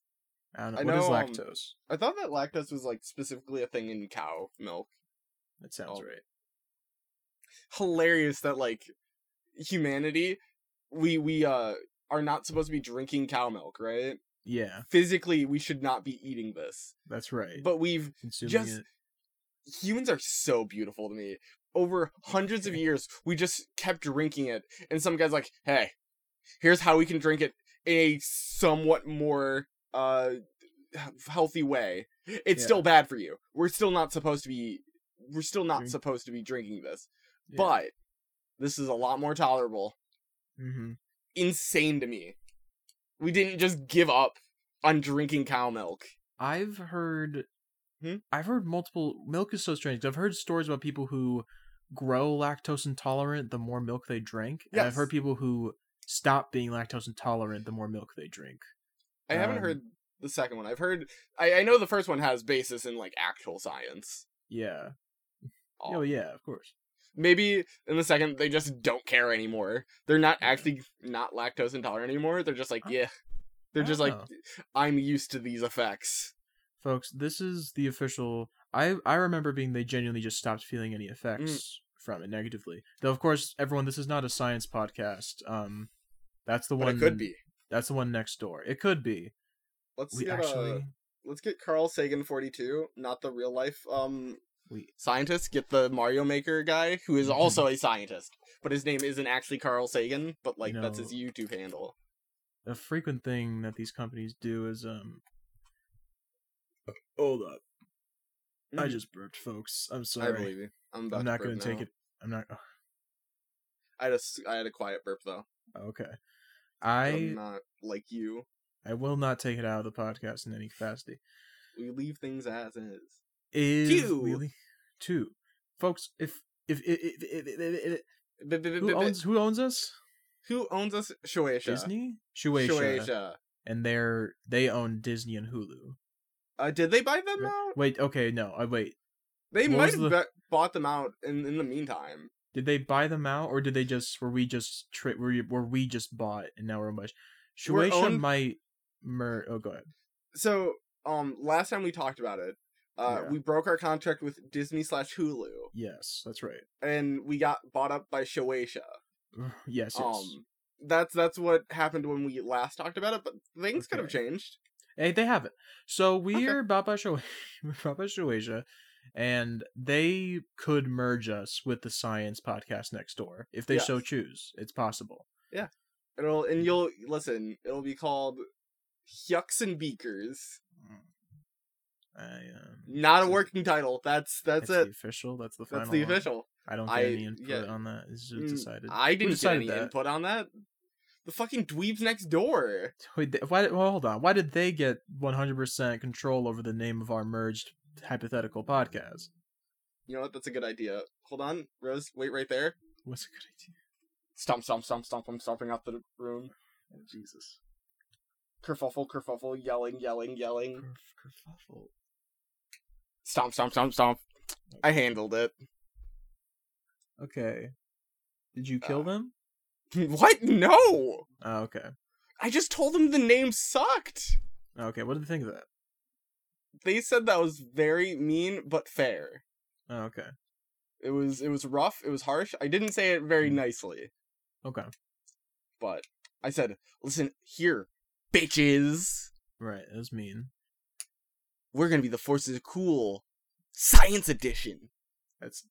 S2: I don't know.
S1: I
S2: What is
S1: know, um,
S2: lactose?
S1: I thought that lactose was like specifically a thing in cow milk.
S2: That sounds
S1: oh.
S2: right.
S1: hilarious that like humanity we we uh are not supposed to be drinking cow milk, right?
S2: Yeah,
S1: Physically, we should not be eating this.
S2: that's right.
S1: But we've
S2: Consuming
S1: just-
S2: it.
S1: humans are so beautiful to me. Over hundreds of years, we just kept drinking it, and some guy's like, "Hey, here's how we can drink it in a somewhat more uh h- healthy way. It's
S2: Yeah.
S1: still bad for you. We're still not supposed to be. We're still not
S2: Drink-
S1: supposed to be drinking this,
S2: Yeah.
S1: but this is a lot more tolerable."
S2: Mhm.
S1: insane to me. We didn't just give up on drinking cow milk.
S2: I've heard,
S1: Hmm?
S2: I've heard multiple milk is so strange. 'cause I've heard stories about people who grow lactose intolerant the more milk they drink, and I've
S1: Yes.
S2: heard people who stop being lactose intolerant the more milk they drink.
S1: I haven't
S2: Um,
S1: heard the second one. I've heard I, I know the first one has basis in like actual science.
S2: Yeah.
S1: Um,
S2: Oh yeah, of course.
S1: Maybe in the second they just don't care anymore. They're not
S2: Yeah.
S1: actually not lactose intolerant anymore. They're just like,
S2: I-
S1: yeah. They're
S2: I
S1: just
S2: don't
S1: like I'm used to these effects.
S2: Folks, this is the official I I remember being they genuinely just stopped feeling
S1: Mm.
S2: any effects from it negatively. Though of course, everyone, this is not a science podcast. Um that's the
S1: But
S2: one
S1: it could be.
S2: that's the one next door. It could be.
S1: Let's
S2: We
S1: get
S2: actually
S1: uh, let's get Carl Sagan 42, not the real life um
S2: we
S1: scientist, get the Mario Maker guy who is
S2: Mhm.
S1: also a scientist, but his name isn't actually Carl Sagan, but like that's his
S2: know-
S1: YouTube handle.
S2: a frequent thing that these companies do is um Hold up. I
S1: Mhm.
S2: just burped, folks. I'm
S1: I
S2: sorry.
S1: believe you. I'm about
S2: I'm
S1: to
S2: not
S1: burp
S2: going to take
S1: now.
S2: it. I'm not oh,
S1: I had a s- I had a quiet burp though.
S2: Okay.
S1: I...
S2: I
S1: am not like you.
S2: I will not take it out of the podcast in any capacity.
S1: We leave things as is.
S2: is
S1: Two.
S2: really two folks if if, if, if, if, if, if, if
S1: B- b- b-
S2: who
S1: b-
S2: owns who owns us
S1: who owns us? Shueisha.
S2: disney shueisha,
S1: Shueisha.
S2: and they're they own disney and hulu
S1: Uh, did they buy them
S2: right?
S1: out?
S2: wait okay no i wait
S1: They
S2: What
S1: might
S2: was
S1: have
S2: the-
S1: be- bought them out in in the meantime.
S2: did they buy them out or did they just were we just tra- were, you- were we just bought and now we're owned by
S1: We're
S2: shueisha
S1: owned-
S2: might mer- oh go ahead
S1: So um, last time we talked about it, uh,
S2: Yeah.
S1: we broke our contract with Disney slash Hulu.
S2: yes that's right
S1: and we got bought up by Shueisha.
S2: yes yes
S1: Um, that's that's what happened when we last talked about it, but things could have
S2: Okay.
S1: changed.
S2: Hey, they have it. So
S1: Okay.
S2: we're Baba Shu- Baba Shueisha, and they could merge us with the science podcast next door if they so
S1: Yes.
S2: choose. It's possible.
S1: It'll and you'll listen. It'll be called Yucks and Beakers.
S2: Mm. I, um,
S1: Not a
S2: so
S1: working title. That's that's
S2: that's the
S1: it.
S2: official. That's the final.
S1: That's the
S2: one.
S1: official.
S2: I don't get
S1: I-
S2: any input
S1: yeah.
S2: on that. It's
S1: Mm,
S2: just decided.
S1: I didn't get
S2: decided
S1: any
S2: that.
S1: input on that. The fucking dweebs next door.
S2: Wait, th- why? Well, hold on. Why did they get 100% control over the name of our merged hypothetical podcast?
S1: You know what? That's a good idea. Hold on, Rose. Wait right there.
S2: What's a good
S1: Stomp, stomp, stomp, stomp. I'm stomping out the room.
S2: idea? Jesus.
S1: Kerfuffle, kerfuffle, yelling, yelling, yelling.
S2: Kerfuffle.
S1: Stomp, stomp, stomp, stomp. I handled it.
S2: Okay. Did you kill
S1: Uh,
S2: them?
S1: what? No!
S2: Oh, okay.
S1: I just told them the name sucked!
S2: Okay. What did they think of that?
S1: They said that was very mean but fair.
S2: Oh, okay.
S1: It was it was rough, it was harsh. I didn't say it very
S2: Hmm.
S1: nicely,
S2: Okay.
S1: but I said, listen, here, bitches.
S2: Right. That was mean.
S1: We're gonna be the forces of cool. Science edition.
S2: That's.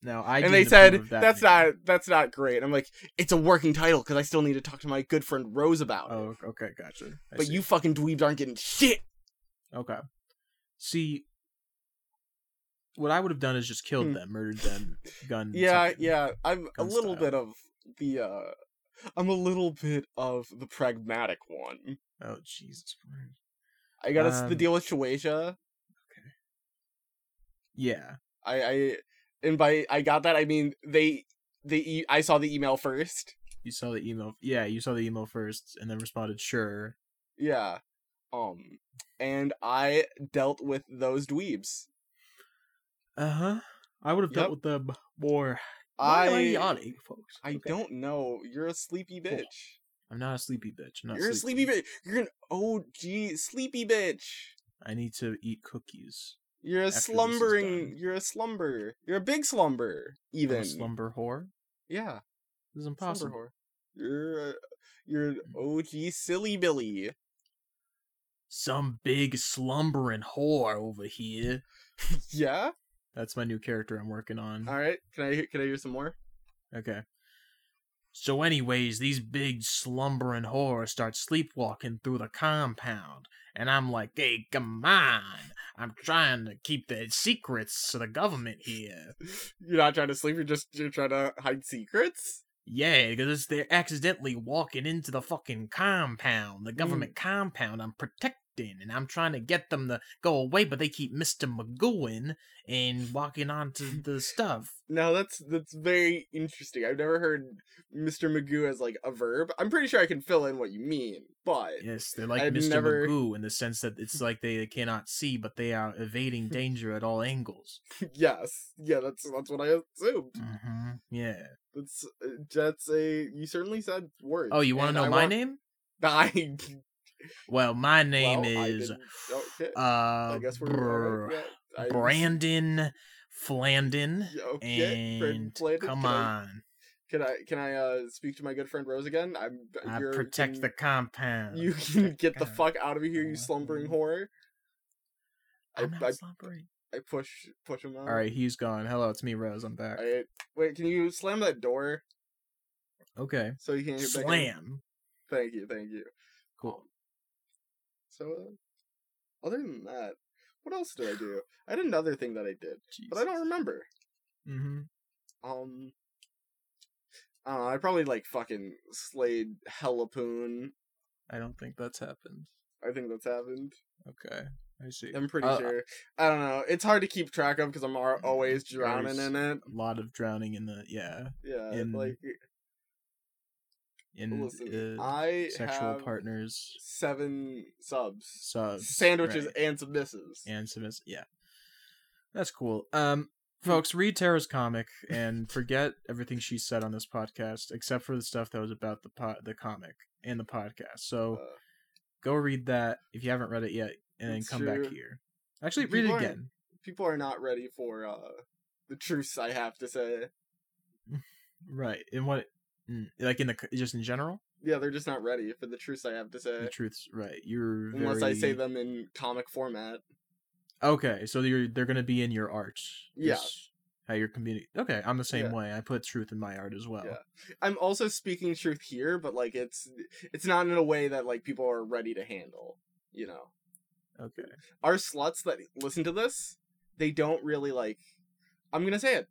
S2: Now I
S1: and they
S2: didn't
S1: said
S2: approve of that
S1: that's
S2: name.
S1: not that's not great. I'm like, it's a working title because I still need to talk to my good friend Rose about it.
S2: Oh, okay. Gotcha. I
S1: but
S2: see.
S1: you fucking dweebs aren't getting shit.
S2: Okay. See, what I would have done is just killed
S1: Hmm.
S2: them, murdered them, gun.
S1: Yeah,
S2: time.
S1: yeah. I'm a
S2: Mm, Gun
S1: little
S2: style.
S1: bit of the uh I'm a little bit of the pragmatic one.
S2: Oh Jesus Christ.
S1: I got us the
S2: Um,
S1: deal with Shueisha.
S2: Yeah.
S1: I I and by I got that I mean they they e- I saw the email first.
S2: You saw the email. Yeah, you saw the email first, and then responded, "Sure."
S1: Yeah. Um and I dealt with those dweebs.
S2: Uh huh. I would have
S1: Yep.
S2: dealt with them more. Why
S1: I
S2: am I yawning, folks?
S1: I
S2: Okay.
S1: don't know. You're a sleepy bitch.
S2: I'm not a sleepy bitch. I'm not
S1: You're a sleepy bitch. You're an OG sleepy bitch.
S2: I need to eat cookies.
S1: You're a
S2: After this is
S1: slumbering.
S2: done.
S1: You're a slumber. You're a big slumber.
S2: I'm a
S1: Even
S2: slumber whore.
S1: yeah,
S2: This is
S1: slumber
S2: impossible.
S1: whore. You're a, you're an
S2: Mm.
S1: OG silly Billy.
S2: Some big slumbering whore over here.
S1: yeah.
S2: That's my new character I'm working on.
S1: All right. Can I hear- can I hear some more?
S2: Okay. So, anyways, these big slumbering horrors start sleepwalking through the compound, and I'm like, "Hey, come on! I'm trying to keep the secrets to the government here.
S1: You're not trying to sleep. You're just you're trying to hide secrets.
S2: Yeah, because they're accidentally walking into the fucking compound, the government compound. I'm protecting, and I'm trying to get them to go away, but they keep Mister McGowan and walking onto the stuff.
S1: Now that's that's very interesting. I've never heard Mr. Magoo as like a verb. I'm pretty sure I can fill in what you mean, but
S2: Yes, they're like
S1: I've
S2: Mr.
S1: never-
S2: Magoo in the sense that it's like they cannot see, but they are evading danger at all angles.
S1: yes, yeah, that's that's what I assumed.
S2: Mm-hmm. Yeah.
S1: That's uh, that's a you certainly said words.
S2: Oh, you want to
S1: and
S2: know
S1: I want-
S2: my name?
S1: I
S2: Well, my name
S1: well, I
S2: is
S1: didn't- okay.
S2: uh,
S1: I guess we're
S2: brr,
S1: all right, yeah, I-
S2: Brandon Flandin.
S1: Yeah, Okay, Brandon
S2: and
S1: Flandin, can
S2: come on,
S1: I, can I can I uh speak to my good friend Rose again? I'm
S2: I
S1: you're-
S2: protect
S1: can-
S2: the compound.
S1: You can get the
S2: compound.
S1: fuck out of here, you slumbering whore. I
S2: I'm not
S1: I, uh
S2: slumbering.
S1: I push push him out.
S2: All right, he's gone. Hello, it's me, Rose. I'm back.
S1: Alright. Wait, can you slam that door
S2: Okay.
S1: so you can't hear back in?
S2: Slam.
S1: Thank you, thank you.
S2: Cool.
S1: So, uh, other than that, what else did I do? I had another thing that I did, but I don't remember.
S2: Mm-hmm.
S1: Um, I don't know. I probably like fucking slayed Hellapoon.
S2: I don't think that's happened.
S1: I think that's happened.
S2: Okay, I see.
S1: I'm pretty
S2: Uh,
S1: sure. I don't know. It's hard to keep track of because I'm al- always drowning
S2: There's-
S1: in it.
S2: A lot of drowning in the yeah
S1: Yeah,
S2: in-
S1: like
S2: in
S1: listen,
S2: uh,
S1: I
S2: sexual
S1: have
S2: partners
S1: seven subs,
S2: subs
S1: sandwiches,
S2: right,
S1: and submissives.
S2: and submiss- Yeah, that's cool. Um,
S1: Hmm.
S2: folks, read Tara's comic and forget everything she said on this podcast except for the stuff that was about the po- the comic and the podcast. So
S1: Uh,
S2: go read that if you haven't read it yet, and then
S1: It's
S2: come
S1: true.
S2: back here. Actually, read
S1: People
S2: it
S1: aren't-
S2: again.
S1: people are not ready for uh the truths. I have to say,
S2: Right, and what mm, like in the c- just in general
S1: yeah, they're just not ready for the truths. I have to
S2: the
S1: say,
S2: truth's right. You're
S1: unless Uh, I say
S2: very-
S1: them in comic format.
S2: Okay, so you're they're gonna be in your art.
S1: Yeah.
S2: is How you're community. Okay, I'm the same
S1: Yeah.
S2: way. I put truth in my art as well.
S1: Yeah. I'm also speaking truth here, but like it's it's not in a way that like people are ready to handle. You know,
S2: Okay.
S1: our sluts that listen to this, they don't really like. I'm gonna say it.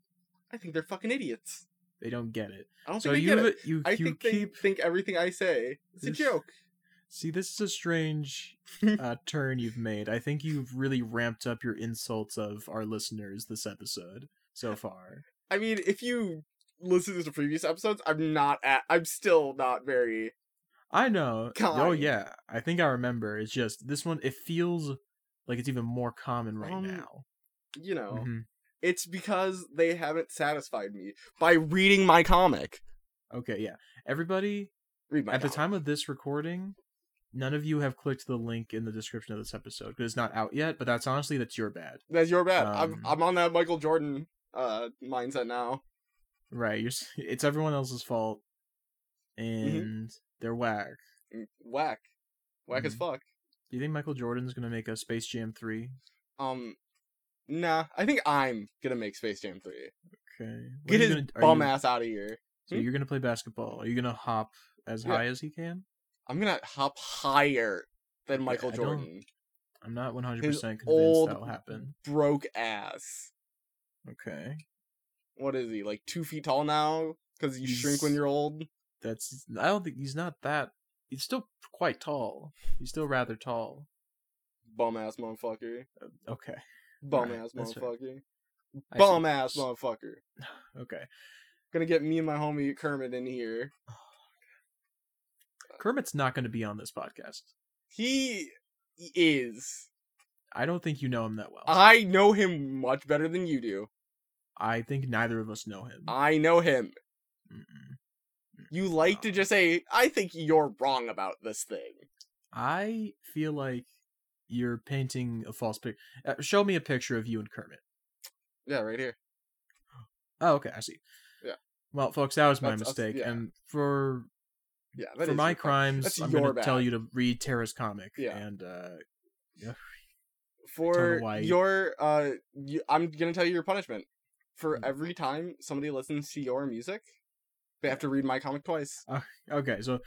S1: I think they're fucking idiots.
S2: They don't get it.
S1: I don't
S2: So
S1: think they
S2: you
S1: get it.
S2: you
S1: I
S2: you
S1: think
S2: keep
S1: they think everything I say is a
S2: This-
S1: joke.
S2: see this is a strange uh, turn you've made. I think you've really ramped up your insults of our listeners this episode so far.
S1: I mean, if you listen to the previous episodes, I'm not at. I'm still not very.
S2: I know. Oh
S1: Kind.
S2: yeah, I think I remember. It's just this one. It feels like it's even more common right
S1: Um,
S2: now.
S1: You know,
S2: Mhm.
S1: it's because they haven't satisfied me by reading my comic.
S2: Okay, yeah. Everybody,
S1: Read my
S2: at the
S1: comic.
S2: time of this recording none of you have clicked the link in the description of this episode because it's not out yet but that's honestly that's your bad
S1: That's your bet.
S2: Um,
S1: I'm I'm on that Michael Jordan uh mindset now.
S2: right you're s- it's everyone else's fault and
S1: Mm-hmm.
S2: they're whack
S1: Mm, Whack, whack as
S2: Mhm.
S1: fuck.
S2: do you think michael jordan's gonna make a space jam 3
S1: Um, nah. I think I'm gonna make Space Jam three.
S2: okay What
S1: Get
S2: are you
S1: his
S2: gonna- are
S1: bum
S2: you-
S1: ass out of here.
S2: so you're gonna play basketball are you gonna hop as
S1: Yeah.
S2: high as he can
S1: I'm gonna hop higher than
S2: Okay,
S1: Michael
S2: I don't-
S1: Jordan.
S2: i'm not 100% convinced
S1: old-
S2: that'll happen
S1: Broke ass.
S2: okay
S1: What is he like? Two feet tall now? Because you shrink when
S2: He's-
S1: you're old.
S2: that's i don't think he's not that he's still quite tall he's still rather tall
S1: Bum ass motherfucker.
S2: okay
S1: Bum
S2: Alright,
S1: ass
S2: that's fair.
S1: motherfucker.
S2: I see.
S1: Bum ass
S2: S-
S1: motherfucker.
S2: okay
S1: Gonna get me and my homie Kermit in here.
S2: Kermit's not going to be on this podcast.
S1: He is.
S2: I don't think you know him that well.
S1: I know him much better than you do.
S2: I think neither of us know him.
S1: I know him. Uh-huh.
S2: Mm-mm.
S1: You like to just say, I think you're wrong about this thing.
S2: I feel like you're painting a false picture. Uh, show me a picture of you and Kermit.
S1: Yeah, right here.
S2: Oh, okay, I see.
S1: Yeah.
S2: Well, folks, that was my
S1: That's us-
S2: mistake.
S1: yeah.
S2: And for
S1: Yeah, that is
S2: for my
S1: your fault.
S2: crimes,
S1: That's
S2: I'm
S1: your
S2: going to
S1: bad.
S2: tell you to read Tara's comic.
S1: Yeah.
S2: And uh,
S1: for
S2: why-
S1: your uh you, i'm gonna tell you your punishment for
S2: Mm.
S1: every time somebody listens to your music they have to read my comic twice
S2: okay, so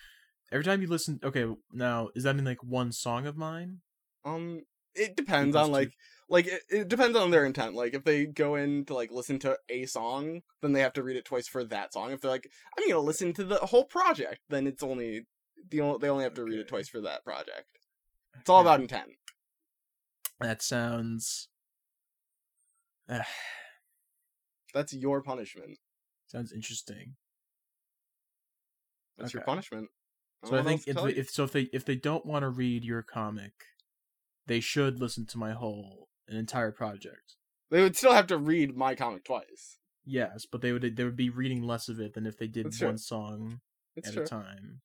S2: every time you listen, okay, now does that mean like one song of mine?
S1: um it depends
S2: Equals
S1: on
S2: to-
S1: like like it, it depends on their intent like if they go in to like listen to a song then they have to read it twice for that song if they're like i'm gonna listen to the whole project then it's only the only, they only have to read it
S2: Okay.
S1: twice for that project it's all
S2: Okay.
S1: about intent
S2: That sounds
S1: that's your punishment
S2: sounds interesting.
S1: that's your
S2: Okay.
S1: punishment
S2: So I
S1: don't know what else
S2: think
S1: to
S2: if,
S1: tell
S2: they-
S1: you.
S2: if so, if they if they don't want to read your comic, they should listen to my whole an entire project.
S1: they would still have to read my comic twice
S2: Yes, but they would they would be reading less of it than if they did
S1: That's true.
S2: one song
S1: it's
S2: at
S1: true
S2: a time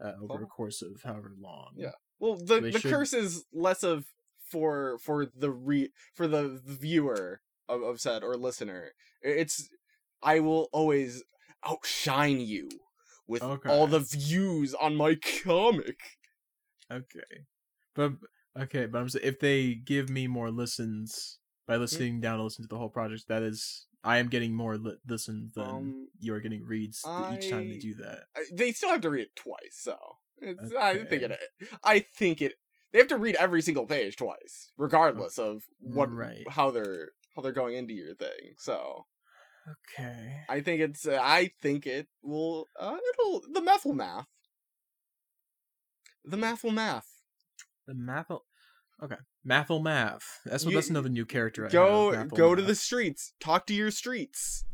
S2: uh, over
S1: Oh.
S2: a course of however long.
S1: Yeah. Well, the,
S2: They
S1: the
S2: should-
S1: curse is less of for for the re for the viewer of, of said or listener. I- It's I will always outshine you with
S2: Okay.
S1: all the views on my comic.
S2: Okay, but okay, but I'm saying if they give me more listens by
S1: Mm.
S2: listening down to listen to the whole project, that is, I am getting more li- listens than
S1: Um,
S2: you are getting reads th- each time they
S1: I-
S2: do that.
S1: I- they still have to read it twice, so it's, I think it.
S2: Okay.
S1: I think it. They have to read every single page twice, regardless of what
S2: Right.
S1: how they're how they're going into your thing. So
S2: Okay.
S1: I think it's. Uh, I think it will. Uh, it'll. The math will math. The math will math.
S2: The Mathel. Okay, Mathel Math. That's what.
S1: You-
S2: that's another new character. I
S1: go.
S2: have, Mathel
S1: go to
S2: Math.
S1: the streets. Talk to your streets.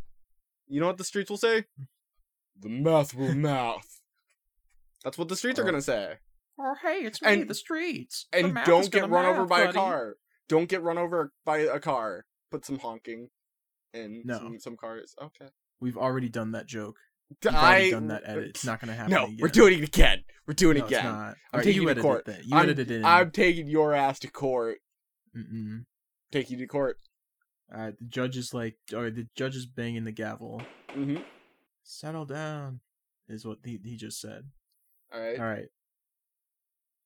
S1: You know what the streets will say?
S2: Mm.
S1: The math will math. That's what the streets are
S2: Oh.
S1: gonna say.
S2: Oh hey, it's
S1: me, and- the
S2: streets.
S1: And don't get run over by a car. Don't get run over by a car. Put some honking and
S2: No.
S1: some, some cars. Okay.
S2: We've already done that joke.
S1: We've
S2: We've already done that edit. It's not gonna happen.
S1: No,
S2: again.
S1: we're doing it again. We're doing
S2: no,
S1: it
S2: it's
S1: again.
S2: not. Alright,
S1: taking
S2: you
S1: you to
S2: edited
S1: court.
S2: that. You
S1: I'm-
S2: edited in.
S1: I'm taking your ass to court.
S2: Mm-mm.
S1: Take you to court.
S2: Uh, the judge is like, or the judge is banging the gavel.
S1: Mm-hmm.
S2: Settle down, is what he he just said.
S1: All right.
S2: All right.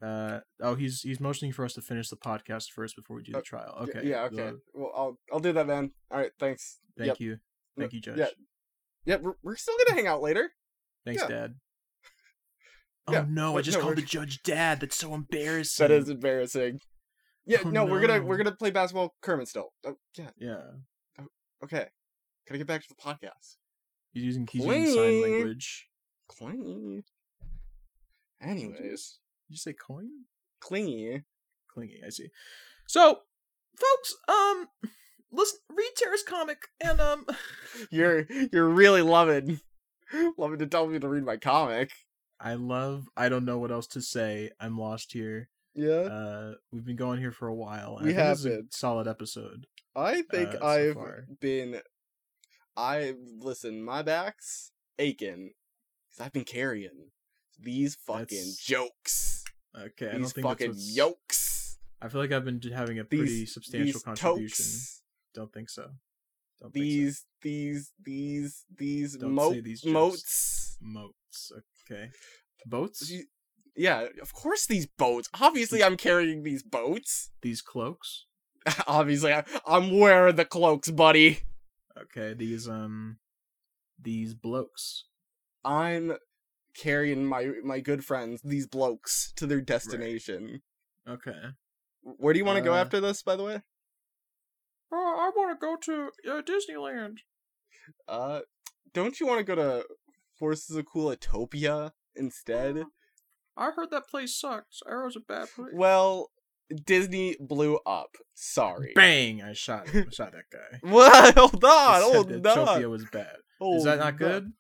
S2: Uh oh, he's he's motioning for us to finish the podcast first before we do the
S1: Oh,
S2: trial.
S1: Y-
S2: Okay.
S1: Yeah. Okay.
S2: the-
S1: Well, I'll I'll do that then. All right. Thanks.
S2: thank
S1: Yep.
S2: you. Thank you, Judge.
S1: Yeah. Yeah. We're, we're still gonna hang out later.
S2: Thanks,
S1: yeah.
S2: Dad.
S1: Yeah,
S2: Oh no, I
S1: but
S2: just
S1: no,
S2: called
S1: we're-
S2: the judge Dad. That's so embarrassing.
S1: That is embarrassing. Yeah.
S2: Oh,
S1: no, we're gonna
S2: no.
S1: we're gonna play basketball, Kermit. Still. Oh, yeah.
S2: Yeah.
S1: Okay. Gotta get back to the podcast.
S2: He's using he's using sign
S1: Cling.
S2: language.
S1: Clingy. Anyways,
S2: Did you say coin?
S1: clingy.
S2: Clingy, I see. So, folks, um listen read Terrace comic and um
S1: You're you're really loving loving to tell me to read my comic.
S2: I love I don't know what else to say. I'm lost here.
S1: Yeah.
S2: Uh we've been going here for a while. and
S1: We
S2: I think this
S1: have
S2: is a
S1: been.
S2: solid episode.
S1: I think
S2: uh, so
S1: I've
S2: far.
S1: been. I listen. My back's aching because I've been carrying these fucking
S2: That's-
S1: jokes.
S2: Okay, I don't
S1: these
S2: think that's
S1: fucking
S2: what's-
S1: yokes.
S2: I feel like I've been d- having a
S1: These
S2: pretty substantial
S1: these
S2: contribution.
S1: tokes.
S2: Don't think so. Don't think
S1: These these these these
S2: Don't
S1: mo-
S2: say these jokes.
S1: moats.
S2: so. moats. Okay, boats.
S1: You- Yeah, of course these boats. Obviously, I'm carrying these boats.
S2: These cloaks.
S1: Obviously, I, I'm wearing the cloaks, buddy.
S2: Okay, these um, these blokes.
S1: I'm carrying my my good friends, these blokes, to their destination.
S2: Okay.
S1: Where do you want to go
S2: Uh,
S1: after this, by the way?
S2: Oh, I want to go to uh, Disneyland.
S1: Uh, don't you want to go to Forces of Coolatopia instead?
S2: I heard that place sucks. Arrow's a bad place.
S1: Well, Disney blew up. Sorry.
S2: Bang! I shot. I shot that guy.
S1: What? Hold
S2: I
S1: on.
S2: said
S1: Hold
S2: that
S1: on.
S2: Topia was bad. Is
S1: Hold
S2: that not
S1: on.
S2: good?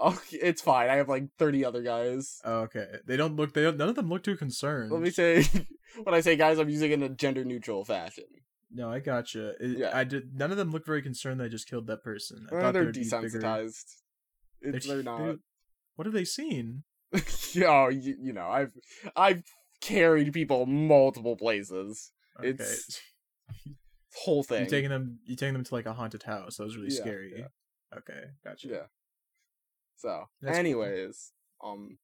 S1: Okay, it's fine. I have like 30 other guys.
S2: Oh, okay. They don't look. They don't, none of them look too concerned.
S1: Let me say, when I say guys, I'm using it in a gender neutral fashion.
S2: No, I gotcha. It,
S1: Yeah.
S2: I did. None of them looked very concerned. That I just killed that person. I
S1: Eh,
S2: thought
S1: they're
S2: there'd be bigger-
S1: desensitized. It's,
S2: they're-
S1: they're not.
S2: they- what have they seen?
S1: oh, you, you know, I've I've carried people multiple places. It's- Whole
S2: okay.
S1: thing.
S2: you taking them. You taking them to like a haunted house. That was really
S1: Yeah,
S2: scary.
S1: yeah.
S2: Okay, gotcha.
S1: yeah. So,
S2: That's cool.
S1: anyways, um,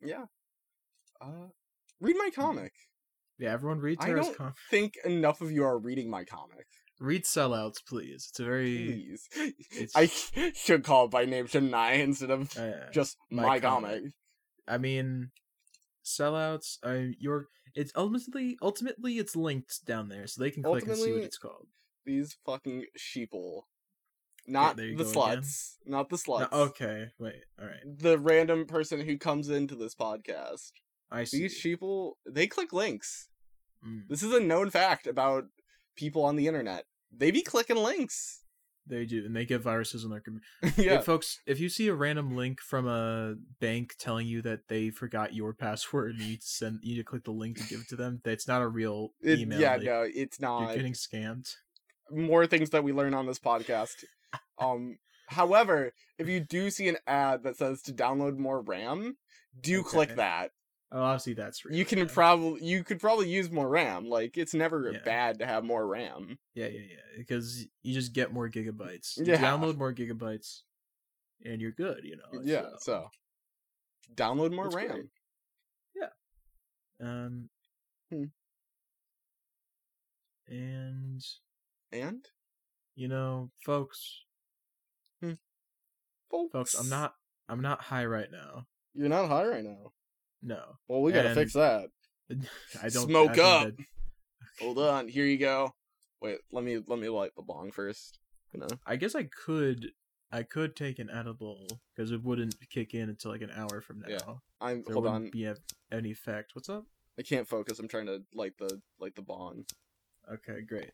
S1: yeah. Uh, read my
S2: Mm-hmm.
S1: comic.
S2: Yeah, everyone read
S1: I
S2: Terrace
S1: don't-
S2: Com-
S1: Think enough of you are reading my comic.
S2: Read sellouts, please. It's a very.
S1: Please.
S2: It's,
S1: I should call it by name, shouldn't I? Instead of
S2: uh,
S1: just
S2: my
S1: my,
S2: comic.
S1: comic.
S2: I mean, sellouts. I your. It's ultimately ultimately it's linked down there, so they can click and see what
S1: Ultimately-
S2: it's called.
S1: These fucking sheeple. Not
S2: there
S1: the
S2: you go again.
S1: sluts. Not the
S2: No,
S1: sluts.
S2: okay, wait. All right.
S1: The random person who comes into this podcast.
S2: I see.
S1: These sheeple, they click links.
S2: Mm,
S1: This is a known fact about people on the internet. They be clicking links.
S2: they do, and they get viruses on their computer. Yeah.
S1: yeah.
S2: folks, if you see a random link from a bank telling you that they forgot your password and you need to send you need to click the link to give it to them, that's not a real
S1: It-
S2: email.
S1: yeah,
S2: like,
S1: no, it's
S2: You're
S1: not.
S2: getting scammed.
S1: More things that we learn on this podcast. um, however, if you do see an ad that says to download more RAM, do
S2: Okay.
S1: click that.
S2: Oh, obviously that's real.
S1: you can
S2: yeah.
S1: probably you could probably use more RAM. Like it's never
S2: Yeah.
S1: bad to have more RAM.
S2: Yeah, yeah, yeah. Because you just get more gigabytes. You
S1: Yeah.
S2: download more gigabytes and you're good, you know.
S1: yeah, so download more
S2: That's
S1: RAM.
S2: great. um
S1: Hmm.
S2: and
S1: And
S2: you know, folks
S1: folks,
S2: folks, I'm not I'm not high right now.
S1: You're not high right now.
S2: No.
S1: Well, we gotta
S2: And-
S1: fix that.
S2: I don't
S1: Smoke
S2: I think
S1: up.
S2: that-
S1: Hold on, here you go. Wait, let me let me light the bong first. You know,
S2: I guess I could I could take an edible because it wouldn't kick in until like an hour from now.
S1: Yeah. I'm
S2: There
S1: hold
S2: wouldn't
S1: on.
S2: be a, any effect. What's up?
S1: I can't focus. I'm trying to light the light the bong.
S2: Okay, great.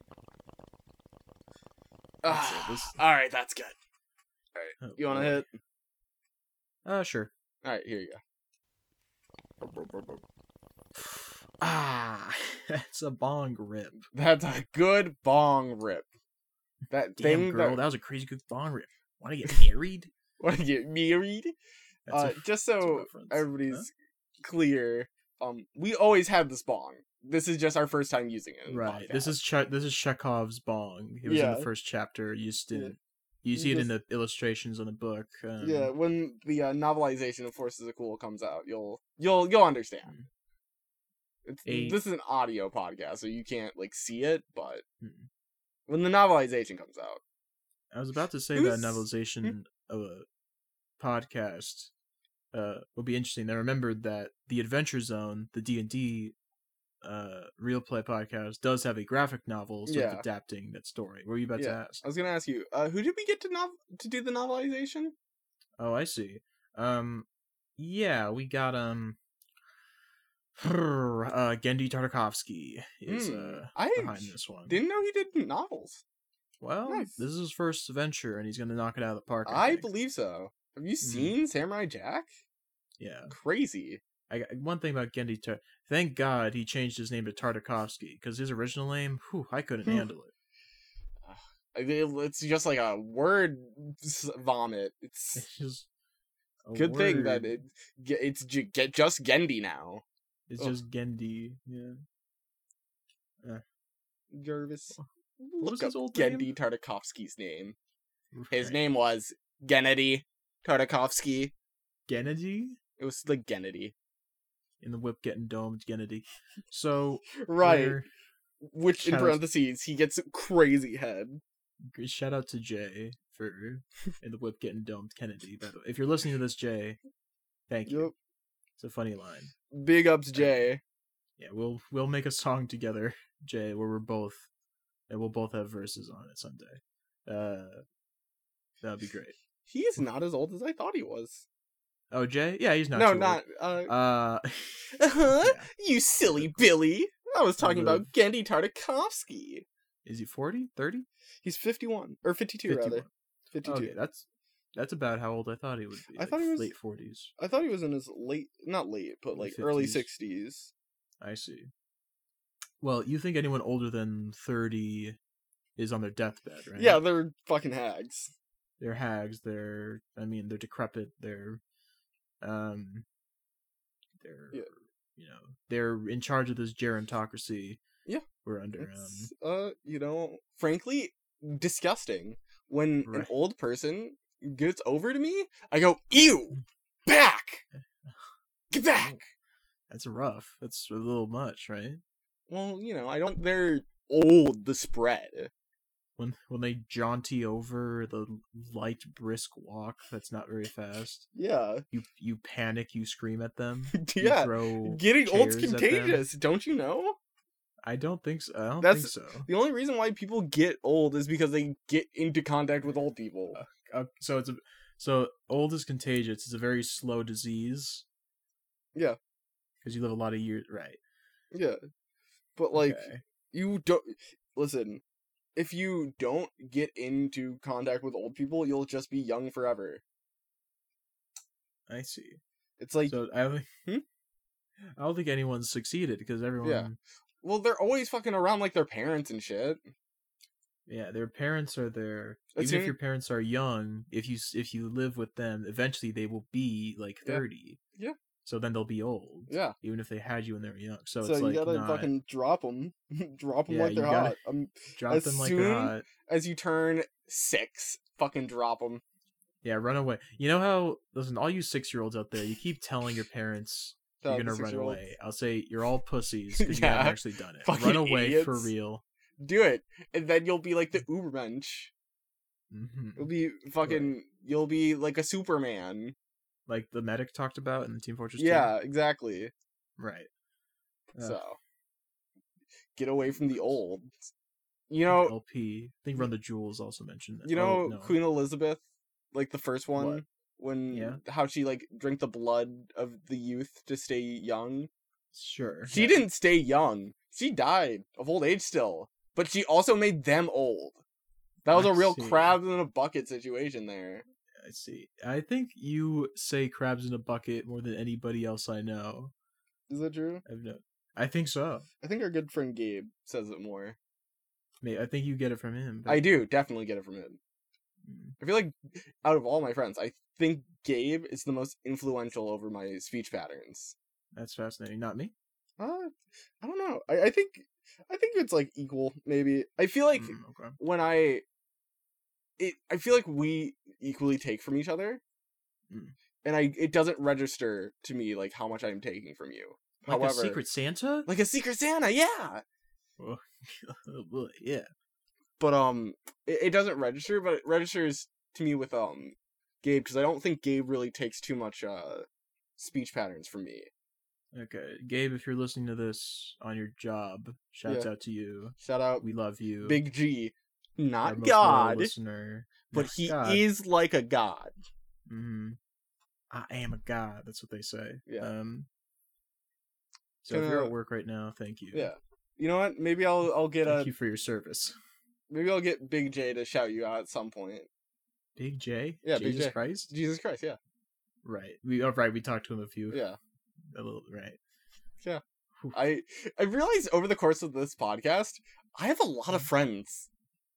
S2: That's it,
S1: Ah,
S2: this-
S1: all right, that's good.
S2: Oh,
S1: You want to hit?
S2: Uh, sure.
S1: All right, here you go.
S2: Ah, that's a bong rip.
S1: That's a good bong rip. That
S2: Damn
S1: thing
S2: girl,
S1: that
S2: that... was a crazy good bong rip. Want to get married?
S1: want to get married.
S2: That's a
S1: Uh,
S2: f-
S1: just
S2: that's a
S1: so
S2: reference. Huh?
S1: everybody's clear, um, we always had this bong. This is just our first time using it. in the
S2: right.
S1: podcast.
S2: This is che- this is Chekhov's bong. It was in
S1: Yeah.
S2: the first chapter. You just
S1: Yeah.
S2: didn't. You
S1: You
S2: see it in the illustrations on the book. Um, hmm.
S1: yeah. When the uh, novelization of Forces of Cool comes out, you'll you'll you'll understand. It's,
S2: A-
S1: This is an audio podcast, so you can't like see it. But
S2: Mm.
S1: when the novelization comes out,
S2: I was about to say
S1: Who's-
S2: that novelization of a podcast uh, would be interesting. I remembered that the Adventure Zone, the D and D uh, real play podcast, does have a graphic novel sort
S1: Yeah.
S2: of adapting that story. What were you about
S1: Yeah.
S2: to ask?
S1: I was gonna ask you, uh, who did we get to nov to do the novelization?
S2: Oh, I see. Um, yeah, we got um, uh, Gendy Tartakovsky is
S1: Hmm,
S2: uh,
S1: I
S2: behind this one.
S1: didn't know he did novels.
S2: Well,
S1: Nice.
S2: this is his first venture, and he's gonna knock it out of the park.
S1: I
S2: think.
S1: believe so. Have
S2: Hmm.
S1: you seen Samurai Jack?
S2: Yeah.
S1: Crazy.
S2: I got- one thing about Gendy. Tar- Thank God he changed his name to Tartakovsky because his original name, whew, I couldn't
S1: Whew.
S2: handle it.
S1: I mean, It's just like a word s- vomit. It's
S2: It's just a
S1: good thing that it
S2: word.
S1: ge- it's ju- ge- just Gendy now.
S2: it's
S1: Ugh.
S2: just Gendy. Yeah,
S1: Jervis.
S2: What was
S1: Look up
S2: his old
S1: Gendy
S2: name?
S1: Tartakovsky's name. His
S2: Right.
S1: name was Gennady Tartakovsky.
S2: Gennady
S1: It was the Gennady.
S2: in the whip getting domed. Gennady. So
S1: Right.
S2: we're-
S1: Which in
S2: Shout out-
S1: parentheses he gets crazy head.
S2: g- shout out to Jay for in the whip getting domed Kennedy. By the way, if you're listening to this, Jay, thank you.
S1: Yep.
S2: It's a funny line.
S1: Big ups Jay.
S2: Yeah, we'll we'll make a song together, Jay, where we're both and we'll both have verses on it someday. Uh that'd be great.
S1: He is not as old as I thought he was.
S2: Oh Jay? Yeah, he's not
S1: no,
S2: too
S1: not
S2: old.
S1: uh
S2: uh
S1: huh.
S2: yeah.
S1: You silly Billy. I was talking about
S2: Live.
S1: Gendy Tartakovsky.
S2: is he 40? 30?
S1: He's 51 or 52 rather.
S2: 51.
S1: 52.
S2: Okay, that's that's about how old I thought he would be.
S1: I
S2: like
S1: thought he was-
S2: late forties.
S1: I thought he was in his late not late, but like early
S2: 50s.
S1: 60s.
S2: I see. Well, you think anyone older than thirty is on their deathbed, right?
S1: Yeah, they're fucking hags.
S2: They're hags, they're I mean, they're decrepit, they're um they're
S1: Yeah.
S2: you know, they're in charge of this gerontocracy.
S1: Yeah.
S2: We're under um
S1: It's, uh, you know, frankly, disgusting. When an
S2: Right.
S1: old person gets over to me, I go, "Ew, back, get back."
S2: um, that's rough. That's a little much, right?
S1: Well, you know, I don't. They're old. The spread.
S2: When when they jaunty over the light brisk walk that's not very fast,
S1: Yeah,
S2: you you panic, you scream at them. you
S1: yeah.
S2: throw
S1: Getting old's
S2: chairs at them.
S1: contagious. Don't you know?
S2: I don't think so. I don't
S1: That's-
S2: think so.
S1: The only reason why people get old is because they get into contact with old people.
S2: Uh, so it's a so old is contagious. It's a very slow disease.
S1: Yeah.
S2: Because you live a lot of years, right?
S1: Yeah, but like.
S2: Okay.
S1: you don't listen if you don't get into contact with old people you'll just be young forever
S2: I see.
S1: it's like
S2: So I don't think
S1: Hmm?
S2: I don't think anyone's succeeded because everyone
S1: well they're always fucking around like their parents and shit
S2: Yeah, their parents are there.
S1: That's
S2: Even if
S1: the
S2: your parents are young, if you s- if you live with them, eventually they will be like
S1: Yeah.
S2: thirty.
S1: Yeah.
S2: So then they'll be old.
S1: yeah
S2: Even if they had you when they were young, so,
S1: so,
S2: it's
S1: you
S2: like
S1: gotta
S2: not
S1: fucking drop them drop them
S2: Yeah,
S1: like
S2: you
S1: they're
S2: gotta-
S1: hot um,
S2: drop them like they're
S1: assume-
S2: hot.
S1: as you turn six fucking drop them
S2: Yeah, run away. You know how listen, all you six year olds out there, you keep telling your parents you're gonna run away. I'll say you're all pussies because you haven't
S1: Yeah.
S2: actually done it.
S1: Fucking
S2: run away for
S1: idiots.
S2: real.
S1: do it and then you'll be like the ubermensch
S2: hmm
S1: you'll be fucking you'll be like a superman
S2: Like the medic talked about in the Team Fortress. 2.
S1: yeah exactly
S2: right. Uh,
S1: So get away from the old. You
S2: I think
S1: know,
S2: LP. I think Run the Jewels also mentioned that.
S1: you
S2: Oh,
S1: know
S2: no.
S1: Queen Elizabeth, like the first one,
S2: What?
S1: when
S2: Yeah.
S1: how she like drank the blood of the youth to stay young.
S2: Sure.
S1: She
S2: yeah.
S1: didn't stay young. She died of old age still, but she also made them old. That was a
S2: I
S1: real
S2: see.
S1: crab in a bucket situation there.
S2: I see. I think you say crabs in a bucket more than anybody else I know.
S1: Is that true?
S2: I've no. I think so.
S1: I think our good friend Gabe says it more.
S2: May I think you get it from him. but-
S1: I do definitely get it from him.
S2: Mm,
S1: I feel like out of all my friends, I think Gabe is the most influential over my speech patterns.
S2: That's fascinating. Not me.
S1: Uh, I don't know. I, I think I think it's like equal. Maybe I feel like
S2: Mm, okay.
S1: when I it I feel like we equally take from each other,
S2: Mm.
S1: and I it doesn't register to me like how much I'm taking from you.
S2: Like
S1: However,
S2: a Secret Santa?
S1: like a Secret Santa, yeah.
S2: Oh, boy, yeah.
S1: But um, it, it doesn't register, but it registers to me with um, Gabe because I don't think Gabe really takes too much uh, speech patterns from me.
S2: Okay, Gabe, if you're listening to this on your job, shouts out to you.
S1: Shout out
S2: We love you.
S1: Big G,
S2: Our
S1: not
S2: most loyal
S1: God,
S2: listener.
S1: but
S2: Not
S1: he
S2: God.
S1: is like a god.
S2: Mhm. I am a god. That's what they say.
S1: Yeah.
S2: Um, so if you're
S1: Gonna-
S2: at work right now, thank you.
S1: Yeah. You know what? Maybe I'll I'll get
S2: Thank
S1: a
S2: you for your service.
S1: maybe I'll get Big J to shout you out at some point.
S2: Big J.
S1: Yeah, Big
S2: Jesus
S1: J.
S2: Christ.
S1: Jesus Christ, yeah,
S2: Right. We oh, right. We talked to him a few.
S1: yeah.
S2: A little. Right.
S1: I I realized over the course of this podcast, I have a lot of
S2: Mm-hmm.
S1: friends.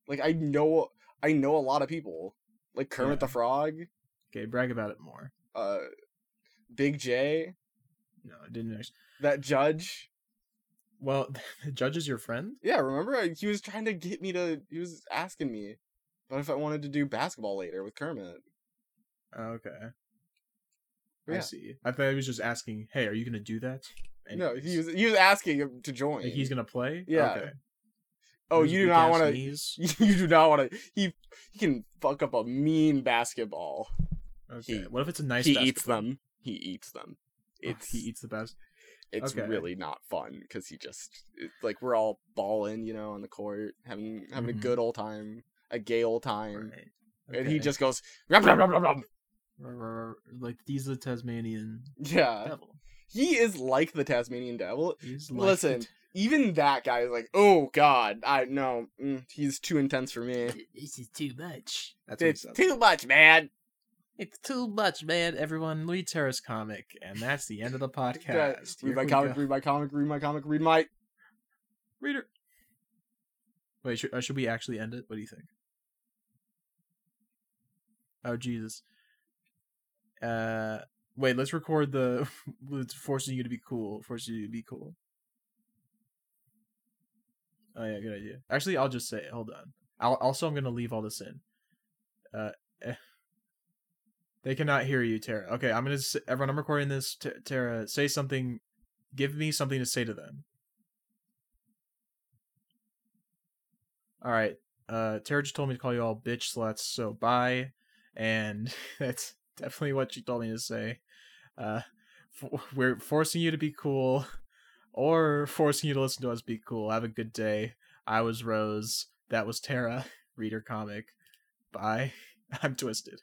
S1: Like I know I know a lot of people. Like Kermit
S2: Yeah.
S1: the Frog,
S2: Okay. Brag about it more.
S1: uh, Big J,
S2: No, I didn't actually.
S1: that judge.
S2: Well, the judge is your friend.
S1: Yeah, remember I, he was trying to get me to. He was asking me, but if I wanted to do basketball later with Kermit.
S2: Oh, okay. I
S1: Yeah.
S2: see. I thought he was just asking, "Hey, are you gonna do that?"
S1: No,
S2: Anyways.
S1: he was he was asking him to join.
S2: Like, he's gonna play.
S1: Yeah.
S2: Okay.
S1: oh,
S2: Those
S1: you do
S2: weak
S1: not
S2: ass
S1: want to.
S2: knees?
S1: You do not want to. He he can fuck up a mean basketball.
S2: Okay.
S1: he-
S2: what if it's a nice?
S1: he
S2: basketball?
S1: eats them. He eats them.
S2: Oh,
S1: It's
S2: he eats the best.
S1: it's
S2: okay.
S1: really not fun because he just it, like we're all balling, you know, on the court, having having
S2: Mhm.
S1: a good old time, a gay old time,
S2: Right.
S1: and he
S2: Okay.
S1: just goes "Rum, rum, rum, rum, rum."
S2: Rrr, rrr, rrr, like he's the Tasmanian
S1: Yeah,
S2: devil.
S1: he is like the Tasmanian devil.
S2: He's
S1: Listen, even that guy is like, oh god, I no, mm, he's too intense for me.
S2: this is too much. That's
S1: It's too much, man.
S2: It's too much, man. Everyone, read Terrace comic, and that's the end of the
S1: Yeah,
S2: podcast. Here
S1: Read my
S2: we
S1: comic,
S2: go.
S1: read my comic, read my comic, read my.
S2: reader. Wait, should, uh, should we actually end it? What do you think? Oh Jesus. Uh, wait. Let's record the. it's forcing you to be cool. Forcing you to be cool. Oh yeah, good idea. Actually, I'll just say. Hold on. I'll, also, I'm gonna leave all this in. Uh, eh. they cannot hear you, Tara. Okay, I'm gonna. s everyone, I'm recording this. T- Tara, say something. Give me something to say to them. All right. Uh, Tara just told me to call you all bitch sluts, so bye. And that's definitely what she told me to say. Uh, for, we're forcing you to be cool, or forcing you to listen to us be cool. Have a good day. I was Rose. That was Tara. Reader comic. Bye. I'm twisted.